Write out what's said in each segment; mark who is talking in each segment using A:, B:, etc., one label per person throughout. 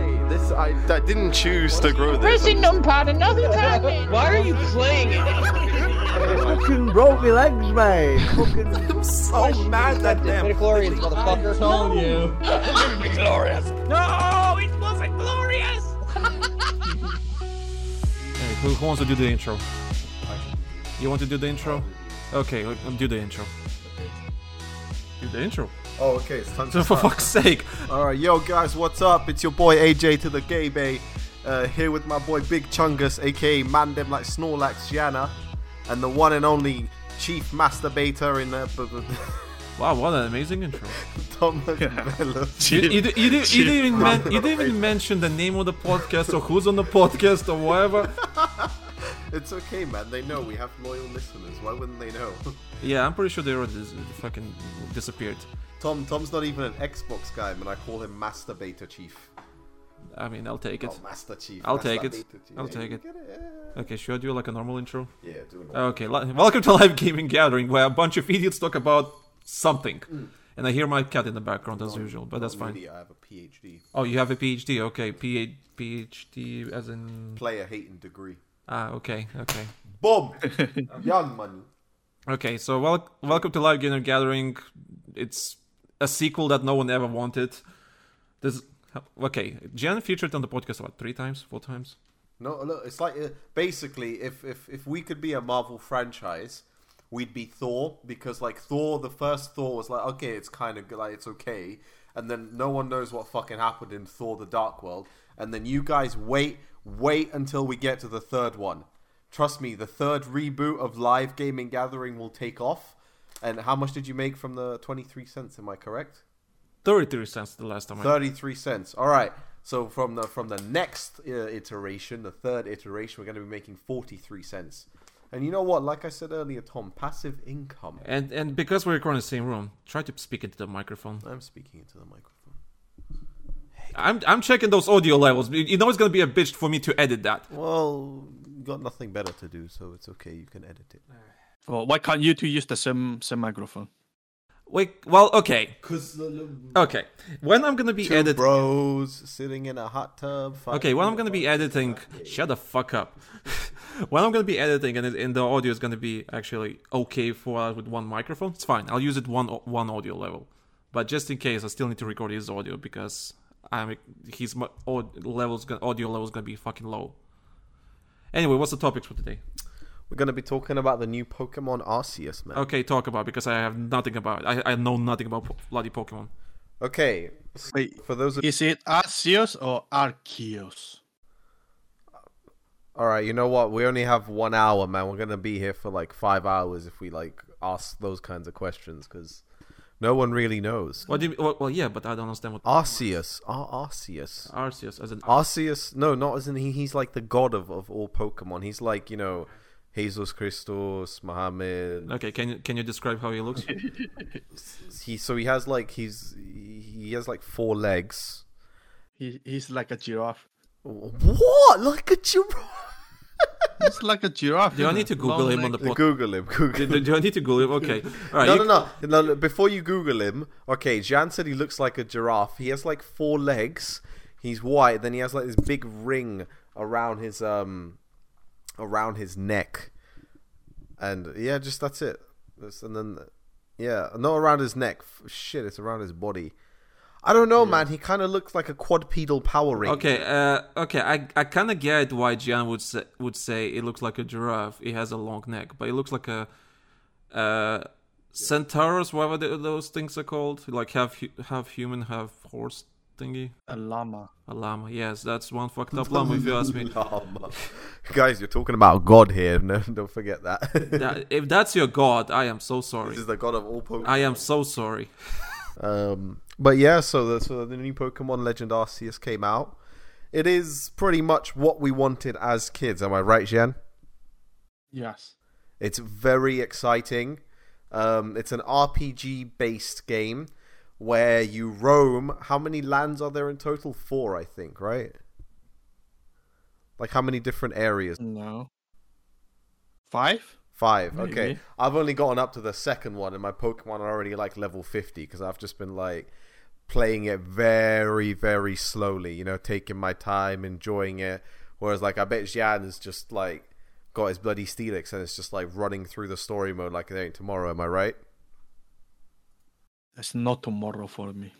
A: I, I didn't choose to grow this.
B: Pressing numpad another time. man.
C: Why are you playing it?
D: Fucking broke my legs, mate. Fucking.
A: I'm so mad that damn.
C: Midichlorians, motherfucker.
E: Telling you.
F: No, it wasn't glorious.
E: Hey, who, who wants to do the intro? You want to do the intro? Okay, let- let- do the intro. Do the intro.
G: Oh, okay. It's time
E: So
G: to
E: for
G: start.
E: fuck's sake.
G: All right, yo guys, what's up? It's your boy AJ to the Gay Bay, uh, here with my boy Big Chungus, aka Man Dem Like Snorlax Yana, and the one and only Chief Masturbator in uh, b- b-
E: Wow, what an amazing intro.
G: Tom Vella.
E: You, you, di- you, di- you didn't even men- you didn't even mention the name of the podcast or who's on the podcast or whatever.
G: It's okay, man. They know we have loyal listeners. Why wouldn't they know?
E: Yeah, I'm pretty sure they already dis- fucking disappeared.
G: Tom, Tom's not even an Xbox guy, man. I call him Masturbator Chief.
E: I mean, I'll take it.
G: Oh, Master Chief.
E: I'll take it.
G: Masturbator Chief.
E: I'll
G: Yeah,
E: take
G: you
E: it. Uh,
G: get Yeah.
E: Okay, should I do like a normal intro?
G: Yeah, do it.
E: Okay, li- welcome to Live Gaming Gathering, where a bunch of idiots talk about something. And I hear my cat in the background as usual, but that's fine.
G: Really, I have a PhD.
E: Oh, you have a PhD, okay. PH- PhD as in.
G: Player hating degree.
E: Ah, okay, okay.
G: Boom! Young money.
E: Okay, so wel- welcome to Live Gamer Gathering. It's a sequel that no one ever wanted. This okay. Jen featured on the podcast about three times, four times.
G: No, look, it's like uh, basically if, if if we could be a Marvel franchise, we'd be Thor because like Thor, the first Thor was like okay, it's kind of like it's okay, and then no one knows what fucking happened in Thor: The Dark World, and then you guys wait, wait until we get to the third one. Trust me, the third reboot of Live Gaming Gathering will take off. And how much did you make from the twenty three cents? Am I correct?
E: Thirty-three cents the last time. I-
G: 33 cents all right so from the from the next uh, iteration the third iteration we're going to be making 43 cents and you know what like i said earlier tom passive income
E: and and because we're recording in the same room, try to speak into the microphone.
G: i'm speaking into the microphone
E: I'm I'm checking those audio levels. You you know it's gonna be a bitch for me to edit that.
G: well you got nothing better to do so it's okay you can edit it
F: Well, why can't you two use the same same microphone?
E: Wait, well, okay, okay. When I'm gonna be editing,
G: bros sitting in a hot tub fighting
E: Okay, when I'm
G: about-
E: gonna be editing, shut the fuck up. when I'm gonna be editing and, it, and the audio is gonna be actually okay for us with one microphone, it's fine. I'll use it one au- one audio level, but just in case, I still need to record his audio because I'm his mu- aud- levels gonna, audio level's gonna be fucking low. Anyway, what's the topics for today?
G: we're going to be talking about the new pokemon arceus man
E: Okay, talk about because I have nothing about it. I, I know nothing about po- bloody Pokemon.
G: okay so
F: Wait.
G: for those of
F: Is it Arceus or Arceus?
G: All right, you know what? We only have one hour, man. We're gonna be here for like five hours if we like ask those kinds of questions because no one really knows.
E: What do you, well, well, yeah, but I don't understand what
G: Arceus, Ar- Arceus,
E: Arceus as an
G: Arceus. No, not isn't he? He's like the god of, of all Pokemon. He's like you know, Jesus Christos, Muhammad.
E: okay. Can you can you describe how he looks?
G: He so he has like he's he has like four legs.
F: He, he's like a giraffe.
G: What? Look at you.
F: He's like a giraffe.
E: Do I
F: isn't
E: need to
F: it?
E: Google
F: Long
E: him on the
F: neck.
E: podcast?
G: Google him. Google.
E: do,
G: him.
E: do- do I need to Google him? Okay. All right.
G: No,
E: you-
G: no, no, no, no. Before you Google him, okay, Jan said he looks like a giraffe. He has like four legs. He's white. Then he has like this big ring around his um, around his neck. And yeah, just that's it. That's, and then, yeah, not around his neck. F- Shit, it's around his body. I don't know, man. He kind of looks like a quadrupedal power ring.
E: Okay. Uh, okay. I, I kind of get why Gian would say, would say it looks like a giraffe. It has a long neck, but it looks like a uh, centaurus, whatever the, those things are called. Like half hu- half human, half horse thingy.
F: A llama.
E: A llama. Yes, that's one fucked up llama. If you ask me.
G: Llama. Oh, Guys, you're talking about God here. No, don't forget that.
E: That- if that's your god, I am so sorry.
G: this is the God of all Pokemon.
E: I am so sorry.
G: Um, but yeah, so the, so the new Pokemon Legend Arceus came out. It is pretty much what we wanted as kids. Am I right, Jen?
F: Yes.
G: It's very exciting. Um, it's an RPG based game where you roam. How many lands are there in total? Four, I think, right? Like how many different areas?
F: No. Five?
G: Five.
F: Maybe.
G: Okay. I've only gotten up to the second one, and my Pokemon are already like level 50 because I've just been like, playing it very, very slowly, you know, taking my time, enjoying it. Whereas, like, I bet Xian is just like got his bloody Steelix and it's just like running through the story mode like it ain't tomorrow. Am I right?
F: It's not tomorrow for me.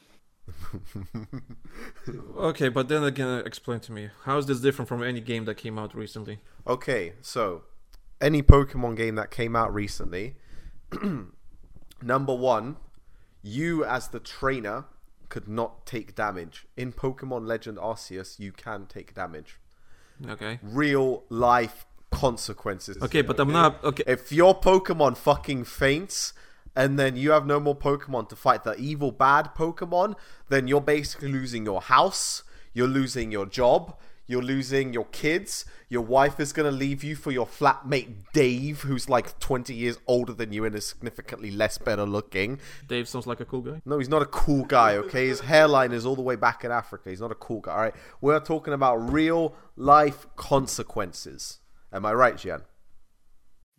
E: Okay, but then again, explain to me how is this different from any game that came out recently?
G: Okay, so any Pokemon game that came out recently, number one, you as the trainer could not take damage. In Pokemon Legend Arceus, you can take damage.
E: Okay.
G: Real life consequences.
E: Okay, but I'm not okay.
G: If your Pokemon fucking faints and then you have no more Pokemon to fight the evil bad Pokemon, then you're basically losing your house, you're losing your job, you're losing your kids, your wife is gonna leave you for your flatmate Dave, who's like 20 years older than you and is significantly less better looking.
E: Dave sounds like a cool guy.
G: No, he's not a cool guy, okay? His hairline is all the way back in Africa. He's not a cool guy, all right? We're talking about real life consequences. Am I right, Gian?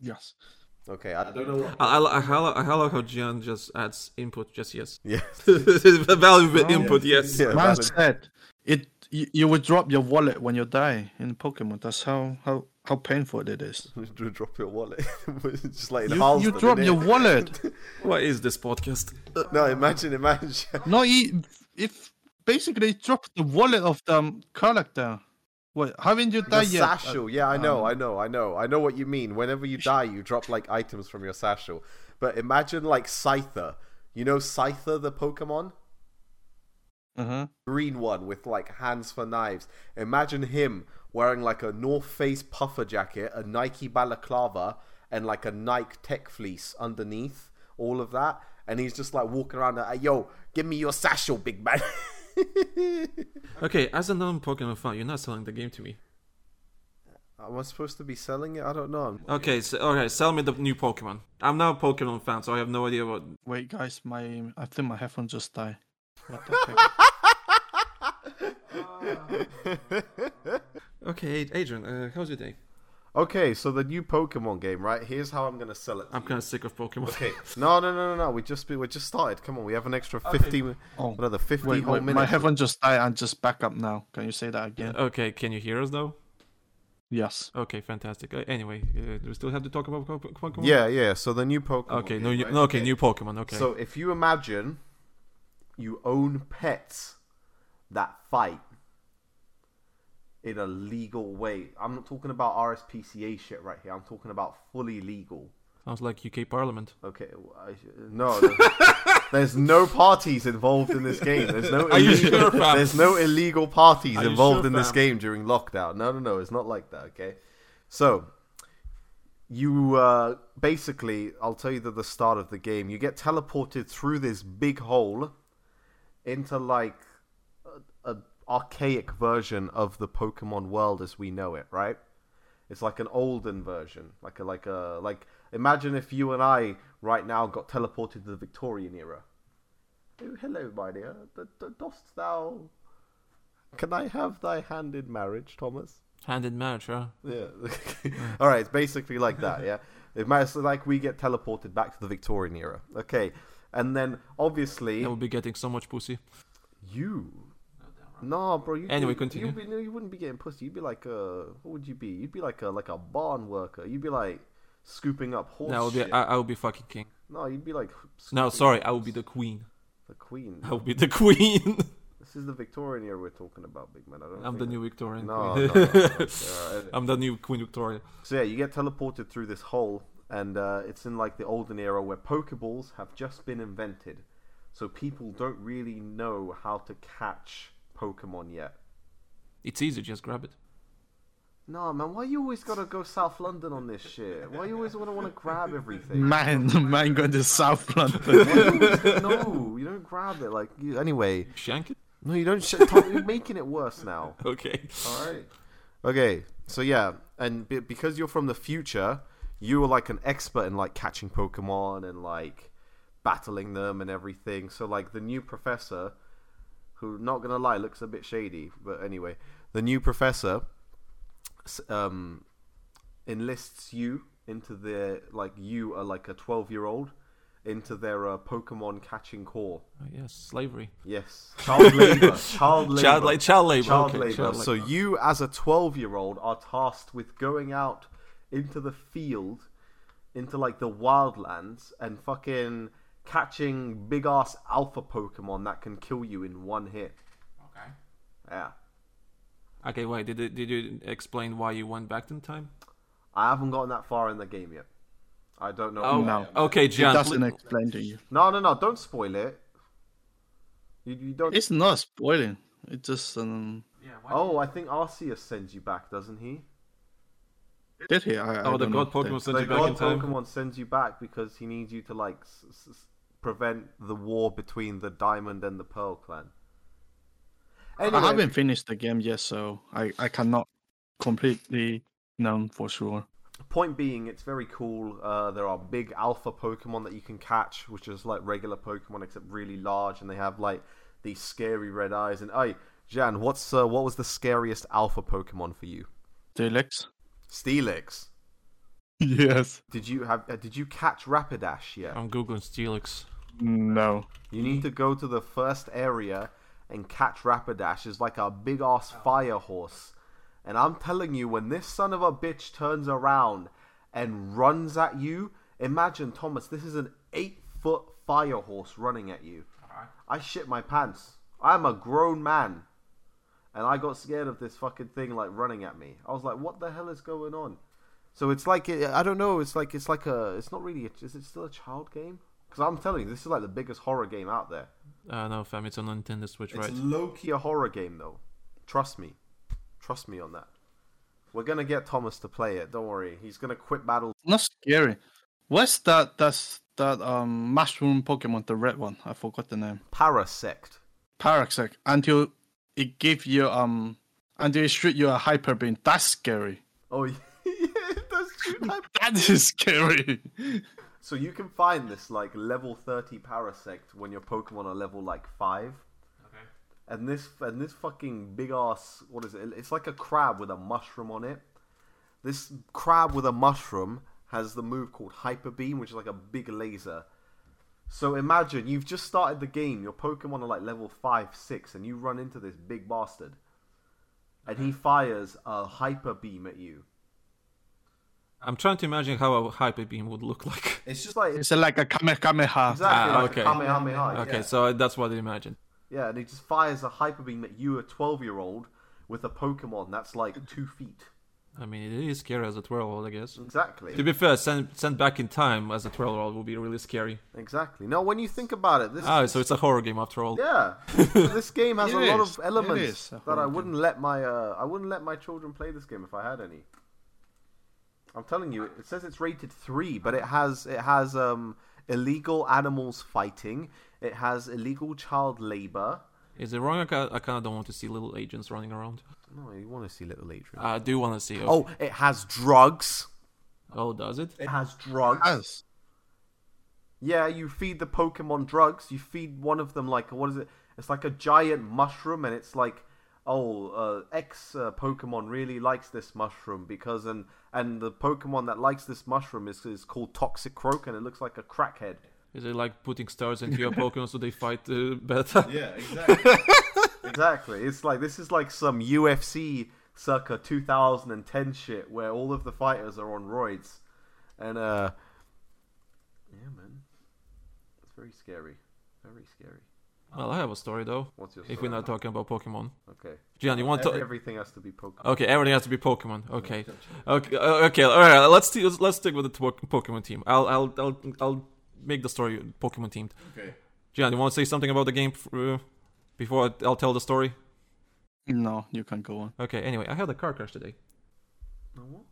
F: Yes.
G: Okay, I don't know what
E: I, I, I, I, I love how Gian just adds input, just yes.
G: Yeah.
E: Valuable input, yes.
G: Yeah,
F: Man
G: valid.
F: said it. You, you would drop your wallet when you die in Pokemon. That's how how how painful it is.
G: Dro- drop your wallet. just like
F: You,
G: enhance
F: you
G: them,
F: drop
G: innit?
F: your wallet.
E: What is this podcast?
G: No, imagine, imagine.
F: No, he if basically drop the wallet of the um, character. What haven't you
G: The
F: died yet?
G: satchel. Yeah, I know,
F: Um,
G: I know, I know, I know what you mean. Whenever you die, you drop like items from your satchel. But imagine like Scyther. You know Scyther, the Pokemon,
F: Uh-huh.
G: green one with like hands for knives. Imagine him wearing like a North Face puffer jacket, a Nike balaclava, and like a Nike tech fleece underneath. All of that, and he's just like walking around. Like, Yo, give me your satchel, big man.
E: Okay, as a non Pokemon fan, you're not selling the game to me.
G: Am I supposed to be selling it? I don't know. I'm-
E: Okay, so, okay, sell me the new Pokemon. I'm not a Pokemon fan, so I have no idea what.
F: Wait, guys, my I think my headphone just died. What the heck?
E: Okay, Adrian, uh, how's your day?
G: Okay, so the new Pokemon game, right? Here's how I'm gonna sell it.
E: I'm kind of sick of Pokemon.
G: Okay. No, no, no, no, no. We just we just started. Come on, we have an extra fifty.
F: Oh.
G: Another fifty
F: Wait,
G: whole
F: wait, my
G: minutes.
F: headphone just died. I'm just back up now. Can you say that again?
E: Okay, can you hear us though?
F: Yes.
E: Okay, fantastic. Uh, anyway, uh, do we still have to talk about Po- Po- Pokemon?
G: Yeah, yeah. So the new Pokemon.
E: Okay,
G: game,
E: no, you,
G: right?
E: no, okay, new Pokemon. Okay.
G: So if you imagine you own pets that fight in a legal way, I'm not talking about RSPCA shit right here. I'm talking about fully legal.
E: Sounds like UK Parliament.
G: Okay, well, I, no, no. there's no parties involved in this game. There's no
E: Are you
G: illegal,
E: sure, fam?
G: there's no illegal parties
E: Are you
G: involved
E: sure,
G: in this
E: fam?
G: game during lockdown. No, no, no, it's not like that. Okay, so you uh, basically, I'll tell you that the start of the game, you get teleported through this big hole into like a, a archaic version of the Pokemon world as we know it, right? It's like an olden version, like a like a like. Imagine if you and I right now got teleported to the Victorian era. Oh, hello, my dear. D- d- dost thou? Can I have thy hand in marriage, Thomas?
E: Hand in marriage, huh?
G: Yeah. All right. It's basically like that. Yeah. It matters like we get teleported back to the Victorian era. Okay. And then obviously
E: I will be getting so much pussy.
G: you. Nah, bro. You,
E: Anyway,
G: you,
E: continue.
G: You'd be, no, you wouldn't be getting pussy. You'd be like a. What would you be? You'd be like a like a barn worker. You'd be like scooping up horse.
E: No, I will be,
G: Oh, shit.
E: I, I will be fucking king.
G: No, you'd be like. scooping
E: No, sorry, I will be the queen.
G: The queen.
E: I will be the queen.
G: This is the Victorian era we're talking about, big man. I don't. think
E: I'm the
G: that-
E: new Victorian.
G: No,
E: queen.
G: no, no, no, no. Yeah,
E: I'm the new Queen Victoria.
G: So yeah, you get teleported through this hole, and uh, it's in like the olden era where Pokeballs have just been invented, so people don't really know how to catch Pokemon yet.
E: It's easy, just grab it.
G: No man, why you always gotta go South London on this shit? Why you always wanna wanna grab everything?
F: Man, man, going to South London.
G: no, you don't grab it. Like you, anyway,
E: Shank it?
G: no, you don't. Sh- Tom, you're making it worse now.
E: Okay.
G: All right. Okay, so yeah, and be- because you're from the future, you were like an expert in like catching Pokemon and like battling them and everything. So like the new professor, who not gonna lie looks a bit shady, but anyway, the new professor, s- um, enlists you into the like you are like a twelve year old, into their uh, Pokemon catching core.
E: Oh, yes, slavery.
G: Yes, child labor. Child labor.
E: Child, la- child labor.
G: Child
E: okay,
G: labor.
E: child
G: so
E: labor.
G: you, as a twelve-year-old, are tasked with going out into the field, into like the wildlands, and fucking catching big ass alpha Pokemon that can kill you in one hit.
E: Okay.
G: Yeah,
E: Okay, wait. Did you- did you explain why you went back in time?
G: I haven't gotten that far in the game yet. I don't know.
E: Oh,
F: No.
E: Okay,
F: It
E: John.
F: doesn't
E: pl-
F: explain to you.
G: No, no, no! Don't spoil it. You, you don't.
F: It's not spoiling. It just um.
G: Oh, I think Arceus sends you back, doesn't he?
F: Did he? I, I
E: Oh, the
F: don't
E: God
F: know.
E: Pokemon sent
G: The
E: you back in
G: God
E: time.
G: Pokemon sends you back because he needs you to like s- s- s- prevent the war between the Diamond and the Pearl Clan. Anyway,
F: I haven't finished the game yet, so I I cannot completely know for sure.
G: point being, it's very cool. Uh, there are big alpha Pokemon that you can catch, which is like regular Pokemon except really large, and they have like these scary red eyes. And hey, Jan, what's uh, what was the scariest alpha Pokemon for you?
F: Deluxe.
G: Steelix.
F: Yes.
G: Did you have? Uh, did you catch Rapidash yet?
E: I'm googling Steelix.
F: No.
G: You need to go to the first area and catch Rapidash. It's like a big ass fire horse. And I'm telling you, when this son of a bitch turns around and runs at you, imagine, Thomas, this is an eight foot fire horse running at you. I shit my pants. I'm a grown man. And I got scared of this fucking thing like running at me. I was like, what the hell is going on? So it's like I don't know. It's like it's like a. It's not really. A, is it still a child game? Because I'm telling you, this is like the biggest horror game out there.
E: Uh, no, fam, it's on Nintendo Switch, right?
G: It's low key a horror game though. Trust me, trust me on that. We're gonna get Thomas to play it. Don't worry, he's gonna quit battle.
F: Not scary. What's that? That's that um mushroom Pokemon, the red one. I forgot the name.
G: Parasect.
F: Parasect. Until it give you um until it shoot you a hyper beam. That's scary.
G: Oh yeah, that's true.
F: That is scary.
G: So you can find this like level thirty Parasect when your Pokemon are level like five. And this and this fucking big ass what is it? It's like a crab with a mushroom on it. This crab with a mushroom has the move called Hyper Beam, which is like a big laser. So imagine you've just started the game, your Pokemon are like level five, six, and you run into this big bastard. And he fires a hyper beam at you.
E: I'm trying to imagine how a hyper beam would look like.
G: It's just like
F: It's like a kamehameha.
G: exactly
E: Ah,
G: like
E: okay.
G: a Kamehameha.
E: Okay,
G: yeah.
E: so that's what I imagine.
G: Yeah, and he just fires a hyper beam at you, a twelve-year-old, with a Pokemon that's like two feet.
E: I mean, it is scary as a 12 year old, I guess. To
G: Exactly.
E: be fair, sent sent back in time as a 12 year old would be really scary.
G: Exactly. Now, when you think about it, this
E: Ah, so it's a horror game after all.
G: yeah, this game has
F: It
G: a lot
F: is.
G: of elements
F: It is a
G: that I
F: horror
G: wouldn't let my uh, I wouldn't let my children play this game if I had any. I'm telling you, it says it's rated three, but it has it has um, illegal animals fighting. It has illegal child labor.
E: Is it wrong? I kind I kinda don't want to see little agents running around.
G: No, you want to see Little Adrian.
E: I do want to see. Oh.
G: oh, it has drugs.
E: oh, does it?
G: It has drugs.
F: Yes.
G: Yeah, you feed the Pokemon drugs. You feed one of them like what is it? It's like a giant mushroom, and it's like, oh, uh, X uh, Pokemon really likes this mushroom because and and the Pokemon that likes this mushroom is is called Toxic Croak, and it looks like a crackhead.
E: Is it like putting stars into your Pokemon so they fight uh, better?
G: Yeah, exactly. exactly. It's like this is like some UFC circa 2010 shit where all of the fighters are on roids, and uh, yeah, man, it's very scary. Very scary.
E: Well, I have a story though.
G: What's your
E: If
G: story?
E: we're not talking about Pokemon,
G: Okay.
E: Gian, you want to?
G: Everything has to be Pokemon.
E: Okay, everything has to be Pokemon. Okay, okay, uh, okay. All right, let's sti- let's stick with the to- Pokemon team. I'll I'll I'll I'll make the story Pokemon themed.
H: Okay.
E: Gian, you want to say something about the game uh, before I- I'll tell the story?
F: No, you can go on.
E: Okay. Anyway, I had a car crash today.
G: what?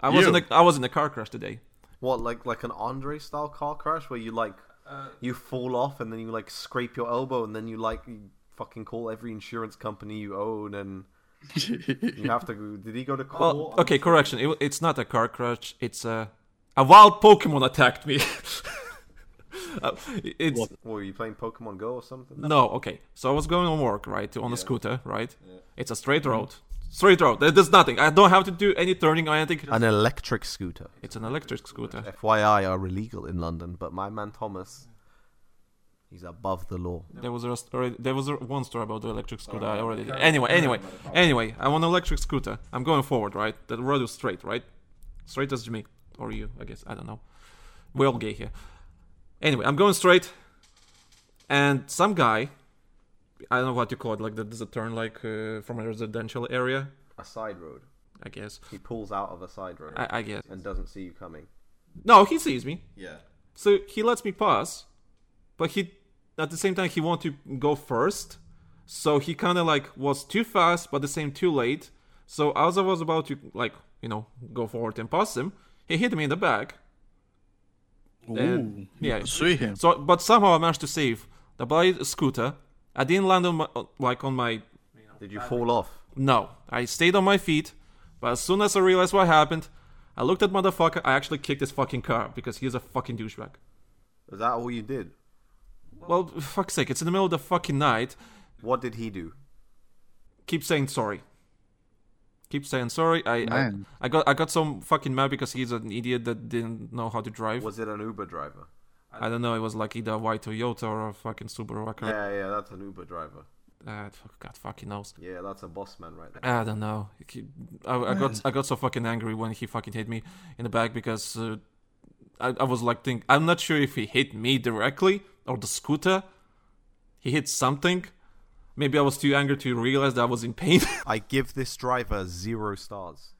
E: I was in
F: You.
E: a, I was in a car crash today.
G: What, like like an Andre style car crash where you like you fall off and then you like scrape your elbow and then you like you fucking call every insurance company you own and you have to. go- Did he go to court?
E: Well, okay, correction. It, it's not a car crash. It's a a wild Pokemon attacked me. Uh, it's
G: What, were you playing Pokemon Go or something?
E: No, okay. So I was going on work, right, on a scooter, right? It's a straight road, Straight road. There- There's nothing. I don't have to do any turning or anything.
I: An electric scooter.
E: It's an electric scooter.
I: FYI are illegal in London, but my man Thomas, he's above the law.
E: There was a rest- already, there was a, one story about the electric scooter. I already did. Anyway, anyway, anyway. I want an electric scooter. I'm going forward, right? The road is straight, right? Straight as Jimmy or you, I guess. I don't know. We're all gay here. Anyway, I'm going straight, and some guy, I don't know what you call it. Like there's a turn, like uh, from a residential area,
G: A side road.
E: I guess.
G: He pulls out of a side road
E: I, I guess.
G: and doesn't see you coming.
E: No, he sees me.
G: Yeah.
E: So he lets me pass, but he at the same time he want to go first. So he kind of like was too fast, but the same too late. So as I was about to like you know go forward and pass him, he hit me in the back.
F: Ooh,
E: yeah.
F: see him.
E: So but somehow I managed to save the bloody scooter. I didn't land on my like on my
I: Did you fall off?
E: no. I stayed on my feet, but as soon as I realized what happened, I looked at motherfucker. I actually kicked his fucking car because he's a fucking douchebag.
I: Is that all you did?
E: Well, fuck's sake, it's in the middle of the fucking night.
I: What did he do?
E: keep saying sorry. Keep saying sorry. I, I
F: Man.
E: I got I got so fucking mad because he's an idiot that didn't know how to drive.
I: Was it an Uber driver?
E: I don't know. It was like either a white Toyota or a fucking Subaru. I can't.
I: Yeah, yeah, that's an Uber driver.
E: Uh, fuck- God fucking knows.
I: Yeah, that's a boss man right there.
E: I don't know. He- I, I got I got so fucking angry when he fucking hit me in the back because uh, I, I was like think I'm not sure if he hit me directly or the scooter. He hit something. Maybe I was too angry to realize that I was in pain.
I: I give this driver zero stars.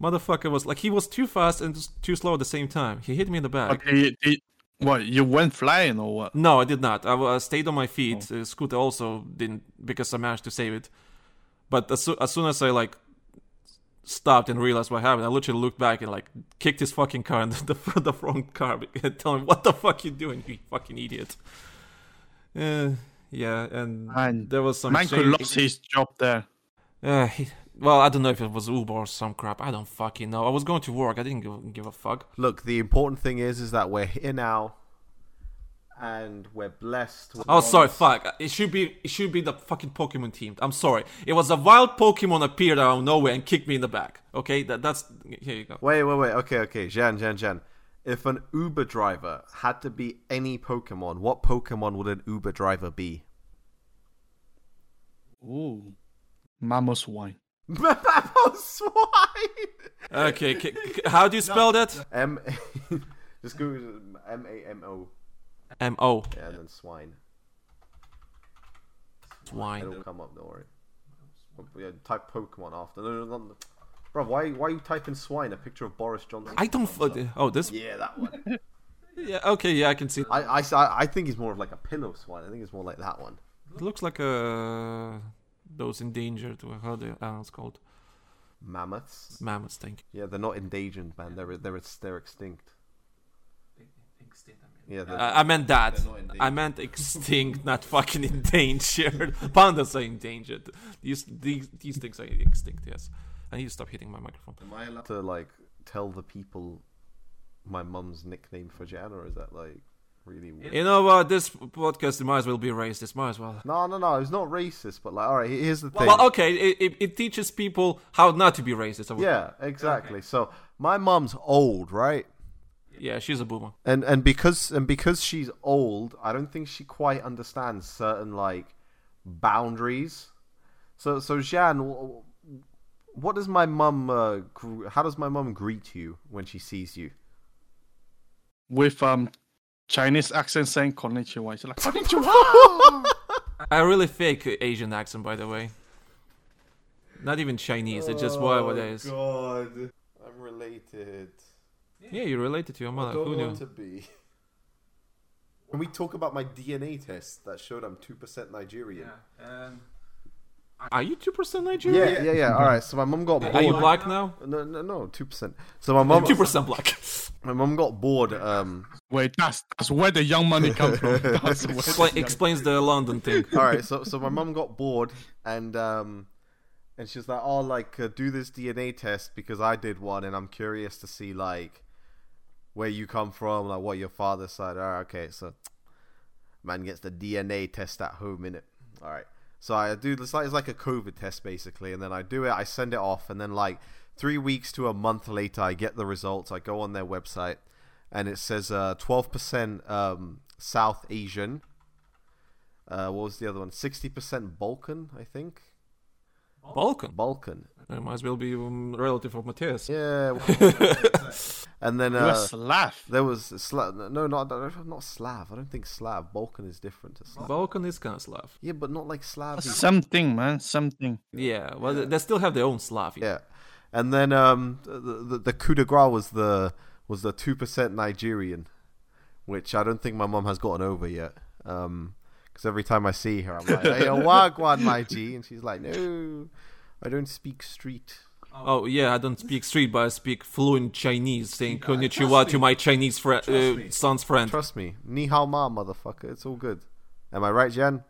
E: motherfucker was like he was too fast and s- too slow at the same time. He hit me in the back.
F: But he, he, what? You went flying or what?
E: No, I did not. I, wa- I stayed on my feet.
F: Oh.
E: Uh, scooter also didn't because I managed to save it. But as, soo- as soon as I like stopped and realized what happened, I literally looked back and like kicked his fucking car in the front the front car and tell him what the fuck you doing, you fucking idiot. Uh, yeah, and
F: Man,
E: there was some
F: Man could
E: exchange-
F: lost his job there.
E: Uh, he- well, I don't know if it was Uber or some crap. I don't fucking know. I was going to work. I didn't give, give a fuck.
I: Look, the important thing is, is that we're here now,
G: And we're blessed. With
E: Oh, sorry, fuck. It should be it should be the fucking Pokemon team. I'm sorry. It was a wild Pokemon appeared out of nowhere and kicked me in the back. Okay, that that's here you go.
I: Wait, wait, wait. Okay, okay. Jan, Jan, Jan. If an Uber driver had to be any Pokemon, what Pokemon would an Uber driver be?
F: Ooh, mammoth wine.
E: Okay, c- c- how do you spell that?
I: M.
G: Just go M A M O
E: M O
G: and then swine.
E: swine.
G: It'll come up. Don't worry. Yeah, type Pokemon after. No, no, no. Bro, why why are you typing swine? A picture of Boris Johnson.
E: I don't. F- oh, this.
G: Yeah, that one.
E: Yeah. Okay. Yeah, I can see.
G: I, I, I- I think he's more of like a pillow swine. I think it's more like that one.
E: It looks like a those endangered. How do I don't know, it's called
G: Mammoths.
E: mammoths. Thank
G: Yeah, they're not endangered, man. They're they're they're extinct. Yeah,
E: you.
G: they're,
E: Uh, I, I meant that. I meant extinct, not fucking endangered. Pandas are endangered. These these these things are extinct. Yes. I need to stop hitting my microphone.
G: am I allowed to like tell the people my mum's nickname for Jan, or is that like really weird?
E: You know what? This podcast might as well be racist. Might as well.
G: No, no, no. It's not racist, but like, all right. Here's the thing.
E: Well, okay. It, it, it teaches people how not to be racist. I would-
G: Yeah, exactly. So my mum's old, right?
E: Yeah, she's a boomer.
G: And and because and because she's old, I don't think she quite understands certain like boundaries. So so Jean, wh- what does my mum? Uh, gr- how does my mum greet you when she sees you?
F: With um, Chinese accent saying konnichiwa. He's like, konnichiwa.
E: I really fake Asian accent, by the way. Not even Chinese. It's just whatever it is.
G: Oh, God, I'm related.
E: Yeah, you're related to your mother. Who knew?
G: be. Can we talk about my DNA test that showed I'm two percent Nigerian?
E: Are you two percent Nigerian?
G: Yeah, yeah, yeah. All right. So my mum got bored.
E: Are you black now?
G: No, no, no. Two percent. So my mum,
E: Two percent black.
G: my mum got bored. Um.
F: Wait, that's that's where the young money come from. That's where
E: Expla- explains the London thing.
G: All right. So, so my mum got bored, and um, and she's like, "Oh, like uh, do this DNA test because I did one, and I'm curious to see like where you come from, like what your father's side." All right. Okay. So, man gets the DNA test at home, innit? All right. So I do it's like it's like a COVID test basically, and then I do it, I send it off, and then like three weeks to a month later, I get the results. I go on their website, and it says uh, twelve percent um, South Asian. Uh, what was the other one? Sixty percent Balkan, I think.
E: Balkan.
G: Balkan.
E: I might as well be um, relative of Matthias.
G: Yeah. and then
F: You're
G: uh,
F: Slav.
G: there was Slav. No, not not Slav. I don't think Slav. Balkan is different to Slav.
E: Balkan is kind of Slav.
G: Yeah, but not like Slav.
F: Something, man. Something.
E: Yeah, well, they- they still have their own Slav.
G: Yeah, and then um, the, the the coup de grace was the was the two percent Nigerian, which I don't think my mom has gotten over yet. Um 'cause because every time I see her, I'm like, "Hey, wagwan, my G," and she's like, "No, I don't speak street."
E: Oh yeah, I don't speak street, but I speak fluent Chinese, saying konnichiwa to my Chinese fri- uh, son's friend.
G: Trust me, ni hao ma, motherfucker. It's all good. Am I right, Jan?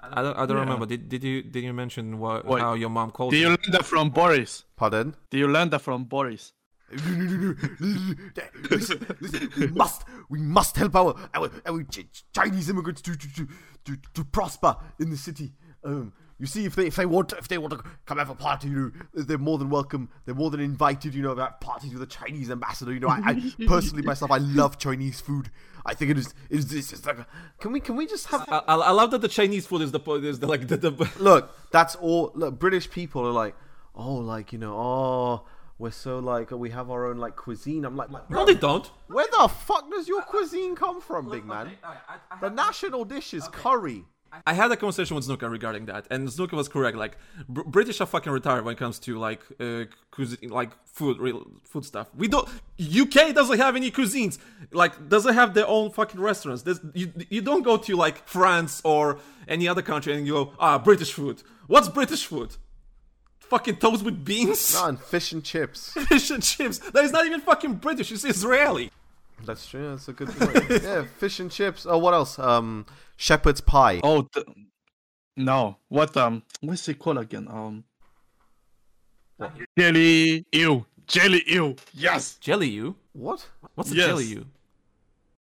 E: I don't, I don't remember. Did, did you did you mention what,
F: Wait.
E: how your mom called
F: Do you
E: you?
F: learn that from Boris?
G: Pardon?
F: Do you learn that from Boris?
G: listen, listen, we must, we must help our our, our Ch- Chinese immigrants to, to, to, to, to prosper in the city. Um, you see, if they if they want if they want to come have a party, you know, they're more than welcome. They're more than invited. You know, that party with the Chinese ambassador. You know, I, I personally myself, I love Chinese food. I think it is it is this is like. Can we can we just have
E: I, I, I love that the Chinese food is the po- is the like the, the
G: look, that's all. Look, British people are like, oh, like you know, oh, we're so like we have our own like cuisine. I'm like,
E: no they don't.
G: where the fuck does your cuisine come from, big man? The national dish is curry.
E: I had a conversation with Snuka regarding that, and Snuka was correct. Like, Br- British are fucking retired when it comes to like uh, cuisine, like food, real food stuff. We don't. UK doesn't have any cuisines. Like, doesn't have their own fucking restaurants. There's, you you don't go to like France or any other country and you go ah British food. What's British food? Fucking toast with beans,
G: Ah, and fish and chips.
E: fish and chips. That is not even fucking British. It's Israeli.
G: That's true. That's a good point. yeah, fish and chips. Oh, what else? Um, shepherd's pie.
F: Oh, th- no. What um? What's it called again? Um, what? jelly ew. Jelly ew. Yes,
E: Jelly you?
G: What?
E: What's a
F: Yes.
E: jelly you?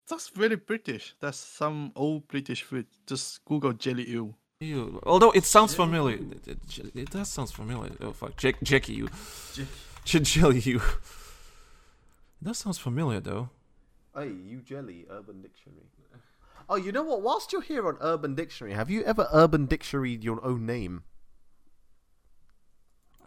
F: that's very British. That's some old British food. Just Google jelly ew.
E: You. Although it sounds familiar, it, it, it does sound familiar. Oh fuck, Jack, Jackie, you, J- Jelly, you. That sounds familiar though.
G: Hey, you jelly. Urban Dictionary. Oh, you know what? Whilst you're here on Urban Dictionary, have you ever Urban Dictionary your own name?